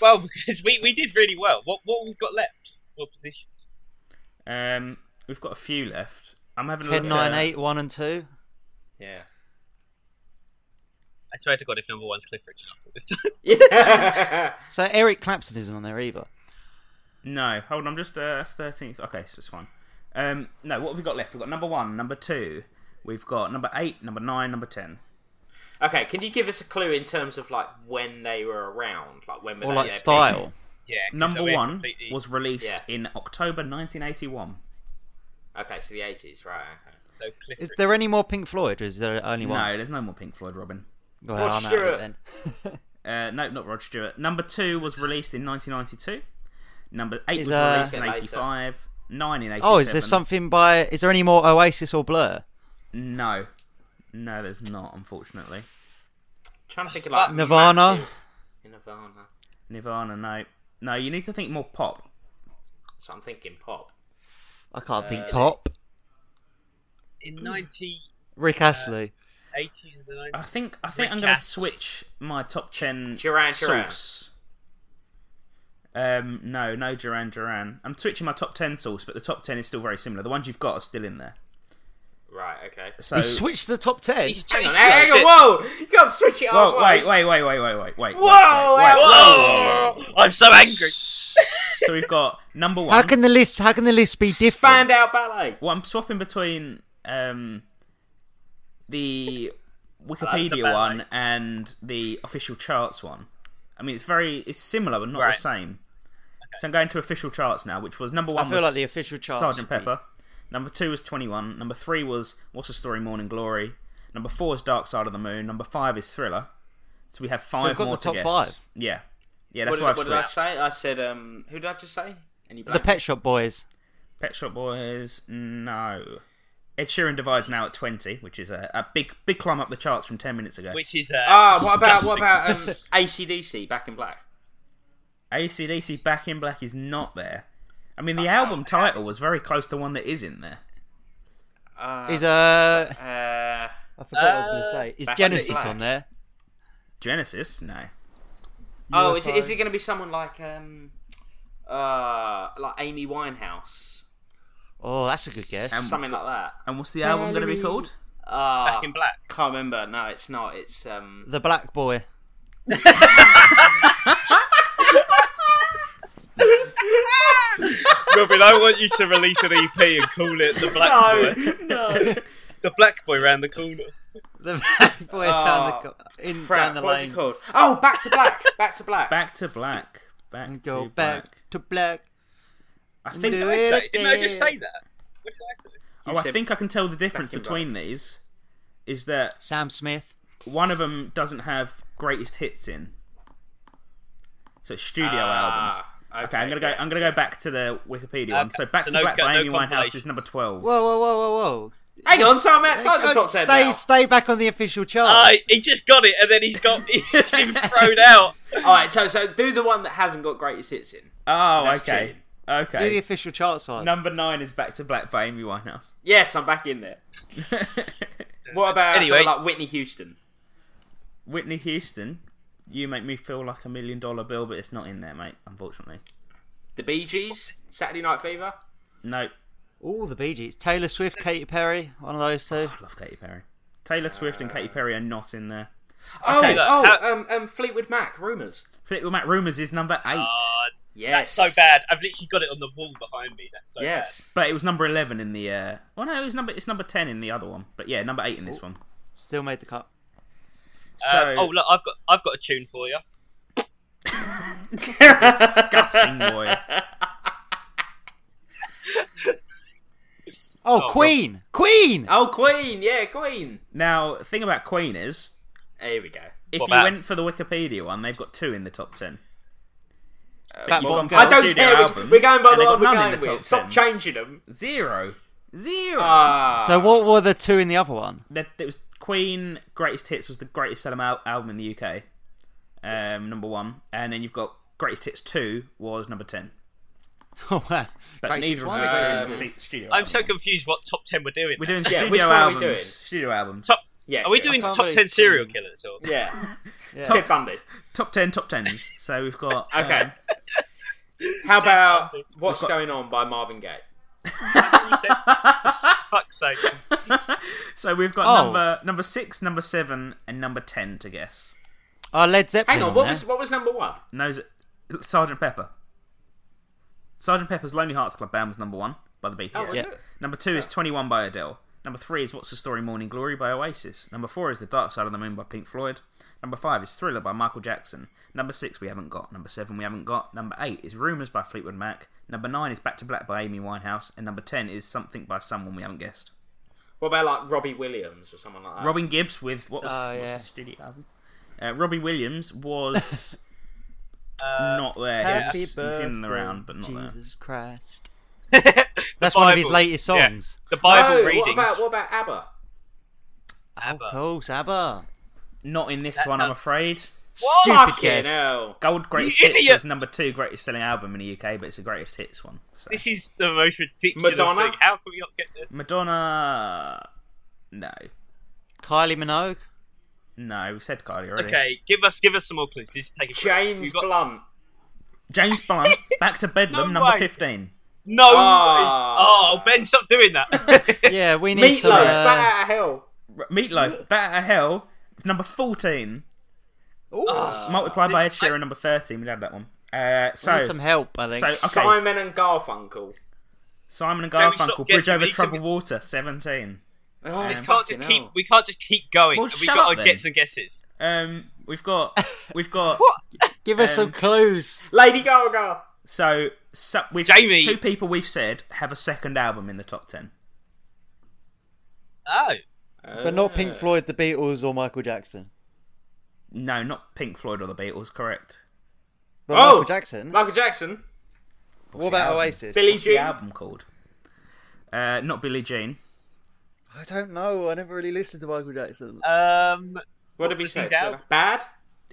A: Well, because we, we did really well. What what we've got left? What positions?
C: Um, we've got a few left. I I'm having a
D: 10,
C: look
D: 9,
C: at,
D: 8, 1 and 2.
B: Yeah.
A: I swear to God, if number one's Cliff Richard after this time,
B: Yeah.
D: So Eric Clapton isn't on there either.
C: No, hold on. I'm just uh, that's thirteenth. Okay, so it's fine. Um, no, what have we got left? We've got number one, number two. We've got number eight, number nine, number ten.
B: okay, can you give us a clue in terms of like when they were around? Like when were
D: Or
B: they
D: like
B: their peak?
D: style.
A: yeah. 'cause
C: Number
A: I mean,
C: one
A: completely-
C: was released
B: Yeah.
C: in October 1981.
B: Okay, so the 80s, right. Okay.
A: so Cliff
D: Is
A: Richard.
D: there any more Pink Floyd or is there only one?
C: No, there's no more Pink Floyd, Robin.
D: Well,
B: Rod
D: I'm out of it
B: Stewart.
D: then.
C: Uh, no, not Rod Stewart. Number two was released in 1992. Number eight
D: Is,
C: was
D: uh,
C: released in
B: Bit later.
C: 85. Nine in 87.
D: Oh, is there something by. Is there any more Oasis or Blur?
C: No, no, there's not. Unfortunately,
B: trying to think of like
D: Nirvana?
B: massive- Nirvana.
C: Nirvana. No, no. You need to think more pop.
B: So I'm thinking pop.
D: I can't think
B: Uh,
D: pop.
A: in 1980s
D: Rick Astley.
A: and the 90s?
C: I think I think I'm
A: Rick
C: going to
A: Astley.
C: switch my top ten
B: Duran Duran.
C: sauce. Um, no, no Duran Duran. I'm switching my top ten sauce, but the top ten is still very similar. The ones you've got are still in there.
B: Right, okay.
C: So
D: he switched the top 10.
B: Hang on, hang on, whoa! You can't switch it
C: Whoa,
B: up.
C: wait, wait, wait, wait, wait, wait, wait.
B: Whoa,
C: wait,
B: whoa,
A: I'm so angry.
C: So we've got number one.
D: How can the list? How can the list be different?
B: Spandau Ballet.
C: Well, I'm swapping between um, the
A: like the
C: Wikipedia
A: ballet.
C: one and the official charts one. I mean, it's very it's similar, but not
A: Right.
C: the same. So I'm going to official charts now, which was number one.
D: I feel
C: was
D: like the official chart.
C: Sergeant Pepper. Number two was 21. Number three was What's the Story, Morning Glory. Number four is Dark Side of the Moon. Number five is Thriller. So we have five
D: we've got
C: more
D: the top
C: to guess.
D: five.
C: Yeah, yeah.
B: What
C: That's
B: did,
C: why
B: what did
C: I
B: I
C: switched.
B: say? I said, um, who did I just say? Any
D: The Pet Shop Boys.
C: Pet Shop Boys. No. Ed Sheeran divides now at 20, which is a, a big big climb up the charts from 10 minutes ago.
A: Which is uh,
B: Ah, what about what about um, ACDC Back in Black?
C: ACDC Back in Black is not there. I mean, the album title was very close to one that is in there.
B: Uh,
D: Is uh,
B: uh,
D: I forgot what I was going to
A: uh,
D: say. Is
B: Back in
D: Genesis
B: Black.
D: on there?
C: Genesis? No.
B: oh, is it, is it going to be someone like um, uh, like Amy Winehouse,
D: Oh, that's a good guess.
C: Um,
B: something like that?
C: And what's the album going to be called?
B: Uh,
A: Back in Black.
B: Can't remember. No, it's not. It's um,
D: the Black Boy.
A: Robin, I want you to release an EP and call it the Black Boy.
B: no.
A: The Black Boy round the corner.
D: The Black Boy down the
B: Oh,
D: co- in
B: Crap,
D: down the
B: what's
D: lane.
B: it called? Oh, Back to Black. Back to Black.
C: Back to Black. Back
D: Go
C: to
D: back
C: Black.
D: to black.
C: I think
D: Do
A: Did I say-
D: it
A: Didn't I just say
D: again.
A: that? What did I say?
C: Oh, I
B: said
C: think I can tell the difference
B: Black and
C: between these is that
D: Sam Smith.
C: one of them doesn't have greatest hits in. So it's studio albums.
B: Ah,
C: Okay, I'm gonna go.
B: yeah.
C: I'm gonna go back to the Wikipedia one. So back
A: So
C: to
A: no-
C: Black
A: no
C: by Amy Winehouse is
A: compilations.
C: number twelve.
D: Whoa, whoa, whoa, whoa, whoa.
B: Hang on, so I'm outside the
D: Hey,
B: top
D: stay,
B: ten now.
D: stay back on the official chart.
A: Uh, he just got it, and then he's got he's been thrown out.
B: All right, so so do the one that hasn't got greatest hits in.
C: Oh,
B: That's
C: okay,
B: cheating.
D: Do the
C: okay.
D: official charts one.
C: Number nine is Back to Black by Amy Winehouse.
B: Yes, I'm back in there. What about
A: Anyway.
B: someone like Whitney Houston?
C: Whitney Houston, you make me feel like a million dollar bill, but it's not in there, mate. Unfortunately,
B: The Bee Gees, Saturday Night Fever.
C: no.
D: All the Bee Gees. Taylor Swift, Katy Perry. One of those two.
C: I love Katy Perry. Taylor Swift and
A: Uh.
C: Katy Perry are not in there.
B: Oh,
C: Okay,
A: look,
B: oh,
A: how-
B: um, um, Fleetwood Mac, Rumours.
C: Fleetwood Mac Rumours is number eight,
A: Uh.
B: Yes,
A: Ah, so bad. I've literally got it on the wall behind me. That's so
B: Yes,
C: but it was number eleven in the. Uh, well, no, it was number. It's number ten in the other one, but yeah, number eight in this one.
D: Still made the cut.
A: bad.
C: So
A: Um, oh look, I've got I've got a tune for you.
C: disgusting boy.
D: Oh,
A: Oh,
D: Queen! Queen!
B: Oh, Queen, yeah, Queen.
C: Now, the thing about Queen is,
B: Here we go.
C: if
A: What
C: you
A: about-
C: went for the Wikipedia one, they've got two in the top ten.
D: Fat
C: you've
D: Bottom
C: gone
D: Girl.
B: I don't
C: studio
B: care. Which,
C: albums,
B: we're going by the
C: and they've
B: one
C: got
B: we're
C: none
B: going
C: in the
B: with. Stop
C: top 10.
B: changing them.
C: Zero. Zero.
B: Ah,
C: Uh,
D: So what were the two in the other one?
C: There, there was Queen Greatest Hits was the greatest selling al- album in the UK, um, number one, and then you've got Greatest Hits Two was number ten.
D: Oh, wow.
C: But
D: Greatest
C: neither
D: one,
C: of those
B: greatest
C: is the
B: two.
C: se- studio.
A: I'm
C: album.
A: so confused. What top ten we're doing?
C: We're
A: now.
C: doing
B: Yeah,
C: studio
B: which one are we
C: albums.
B: doing?
C: Studio albums.
A: top.
B: yeah.
A: Are we
B: yeah.
A: doing
D: can't
A: top
D: believe-
A: ten serial killers? Or
B: Yeah,
D: Yeah.
B: Ted Bundy.
C: Top ten, top tens. So we've got
B: Okay.
C: um,
B: How about What's
C: got-
B: Going On by Marvin Gaye?
F: You said, fuck's sake.
C: so we've got
D: Oh.
C: number number six, number seven, and number ten to guess.
D: Oh, Led Zeppelin.
B: Hang on,
D: on
B: what
D: there.
B: was what was number one?
C: Knows it- Sergeant Pepper. Sergeant Pepper's Lonely Hearts Club Band was number one by the BTS.
B: Oh, was
D: Yeah.
B: it?
C: Number two is Twenty One by Adele. Number three is What's the Story Morning Glory by Oasis. Number four is The Dark Side of the Moon by Pink Floyd. Number five is Thriller by Michael Jackson. Number six we haven't got. Number seven we haven't got. Number eight is Rumours by Fleetwood Mac. Number nine is Back to Black by Amy Winehouse. And number ten is Something by someone we haven't guessed.
B: What about like Robbie Williams or someone like that?
C: Robin Gibbs with what was,
D: Oh,
C: what was
D: Uh, yeah.
C: his studio album? Uh, Robbie Williams was
A: Uh,
C: not there.
D: Happy
C: he's, he's in the
D: birthday,
C: round, but not there.
D: Jesus Christ.
A: The
D: That's one of his
A: Bible.
D: latest
A: Yeah.
D: songs.
A: The Bible
B: no,
A: readings.
B: Oh, what about what about ABBA?
A: ABBA.
D: Cool, Sabba.
C: Not in this one, I'm afraid.
D: Stupid
B: Fucking
D: guess.
B: hell.
C: Gold Greatest
A: You
C: Hits
A: idiot!
C: was number two greatest selling album in the UK, but it's the greatest hits one. So.
A: This is the most ridiculous
B: Madonna?
A: thing. How can we not get this?
C: Madonna. No.
D: Kylie Minogue.
C: No, we said Kylie already.
A: Okay, give us give us some more clues. This is taking
B: James
A: You've got-
B: Blunt.
C: James Blunt, Back to Bedlam,
A: No
C: number
A: way.
C: 15.
A: No.
B: Ah.
A: way. Oh, Ben, stop doing that.
D: Yeah, we need
B: Meatloaf,
D: some. Uh...
B: Bat Out of Hell.
C: R- Meatloaf, Bat Out of Hell, number 14. Multiplied
A: Uh,
C: by Ed Sheeran, number 13. We had that one. Uh,
D: we
C: so,
D: need some help, I think.
C: so uh, okay. Simon,
B: Simon and Garfunkel.
C: and
A: Can we sort of
C: Garfunkel,
A: guess
C: Bridge
A: at
C: Over
A: least
C: Troubled
A: some-
C: Water, 17.
B: Oh,
A: we can't just keep we can't just keep going.
C: Well,
A: We've
C: shut
A: got
C: up
A: to
C: then.
A: get some guesses.
C: Um, we've got, we've got.
D: Give us some
C: Um,
D: clues.
B: Lady Gaga.
C: So, so we've
A: Jamie.
C: two people we've said have a second album in the top ten.
A: Oh.
D: But not Pink Floyd, the Beatles, or Michael Jackson.
C: No, not Pink Floyd or the Beatles. Correct.
D: But
B: Oh!
D: Michael Jackson.
B: Michael Jackson.
D: what about Oasis?
B: Billy
C: What's the
B: Jean.
C: album called? Uh, not Billie Jean.
D: I don't know. I never really listened to Michael Jackson.
A: Um.
B: What did we say?
A: his album?
B: Bad.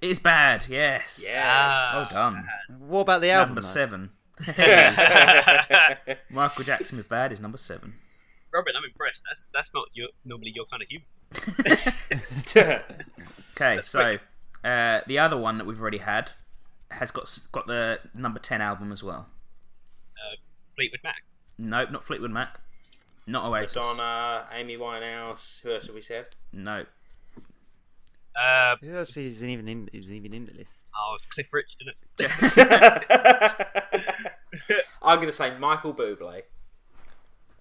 C: It's bad. Yes.
A: Ah.
C: Well done.
D: What about the album?
C: number
D: though?
C: seven. Michael Jackson with bad is number seven.
A: Robin, I'm impressed. That's that's not your normally your kind of humor.
C: Okay, so uh, the other one that we've already had has got s- got the number ten album as well.
A: Uh, Fleetwood Mac.
C: Nope, not Fleetwood Mac. Not Oasis.
B: Madonna, uh, Amy Winehouse. Who else have we said?
C: Nope.
A: Uh,
D: Who else is even in? Is even in the list?
A: oh, it's Cliff Richard. Isn't it?
B: I'm going to say Michael Bublé.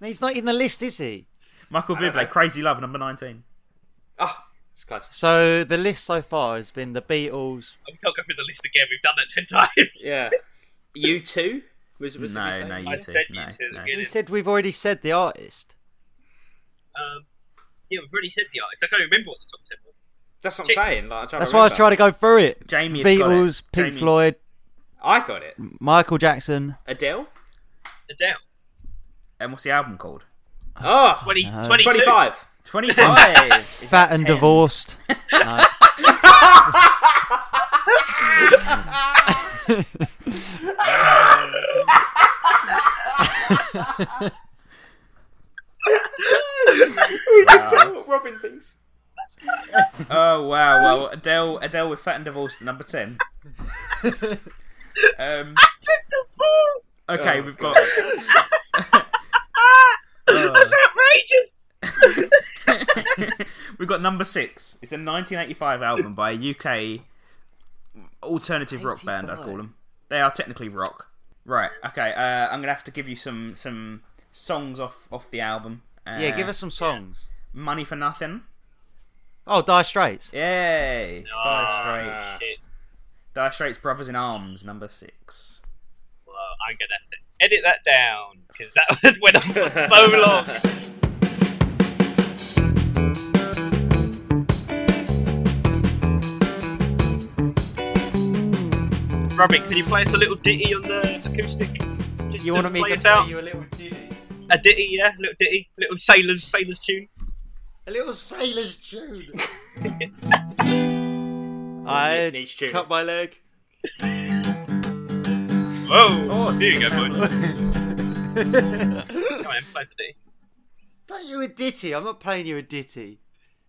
D: No, he's not in the list, is he?
C: Michael Bublé, Crazy Love, number nineteen.
B: Oh, it's close.
D: So the list so far has been the Beatles.
A: We can't go through the list again. We've done that ten times.
B: Yeah. You two was was
C: No,
B: we say?
C: no, you
A: I
C: two.
A: said
C: no,
A: you two at the
C: no.
A: beginning.
D: You said we've already said the artist.
A: Um, yeah, we've already said the artist. I can't remember what the top ten was.
B: That's what I'm saying. Like,
D: That's why I was trying to go through it.
C: Jamie has got it.
D: Beatles, Pink
C: Jamie-
D: Floyd,
B: I got it.
D: Michael Jackson.
B: Adele.
A: Adele.
C: And what's the album called? Uh,
B: Oh,
A: 20,
D: No.
A: 22.
B: 25.
C: Twenty-five.
D: Fat and divorced. No.
B: Robin thinks.
C: Oh wow! Well, Adele, Adele with Fat and Divorced at number ten. um, okay,
B: Oh,
C: we've
B: God.
C: got.
A: That's
C: Oh.
A: outrageous.
C: we've got number six. It's a 1985 album by a UK alternative rock band. I call them. They are technically rock. Right. Okay. Uh, I'm gonna have to give you some some songs off off the album. Uh,
D: yeah, give us some songs.
C: Money for Nothing.
D: Oh, Dire Straits.
C: Yay! it's Dire
B: Ah.
C: Straits. Dire Straits Brothers in Arms, number six.
A: Well, I'm gonna have to edit that down because that was went on for so long. Robin, can you play us a little ditty on the acoustic? Just
D: You wanted me
A: play
D: to
A: us
D: play
A: out
D: you a little ditty?
A: a ditty, yeah, little ditty, little sailor's sailor's tune.
D: A little sailor's tune.
B: It
D: I
B: needs tuning.
D: cut my leg.
A: Whoa! there you go, bud. Come on, play us a ditty.
D: Play you a ditty. I'm not playing you a ditty.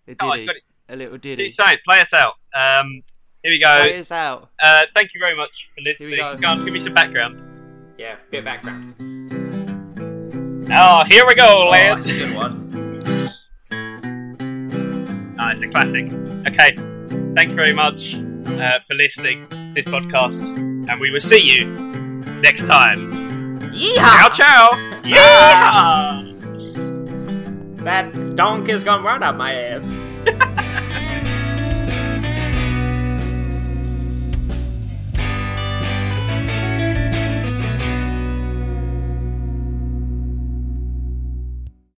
D: A
A: Oh, I
D: ditty.
A: got it.
D: a little
A: Do
D: ditty.
A: something, Play us out. Um, here we go.
D: Play us out.
A: Uh, thank you very much for
D: we
A: listening.
D: go.
A: Go on, give me some background.
B: Yeah, bit of background.
A: Oh, here we go,
C: Oh,
A: lads.
C: that's a good one.
A: Ah, it's a classic. Okay, thank you very much uh, for listening to this podcast, and we will see you next time.
C: Yeehaw!
A: ciao! Yeah!
B: That donkey's gone right up my ass.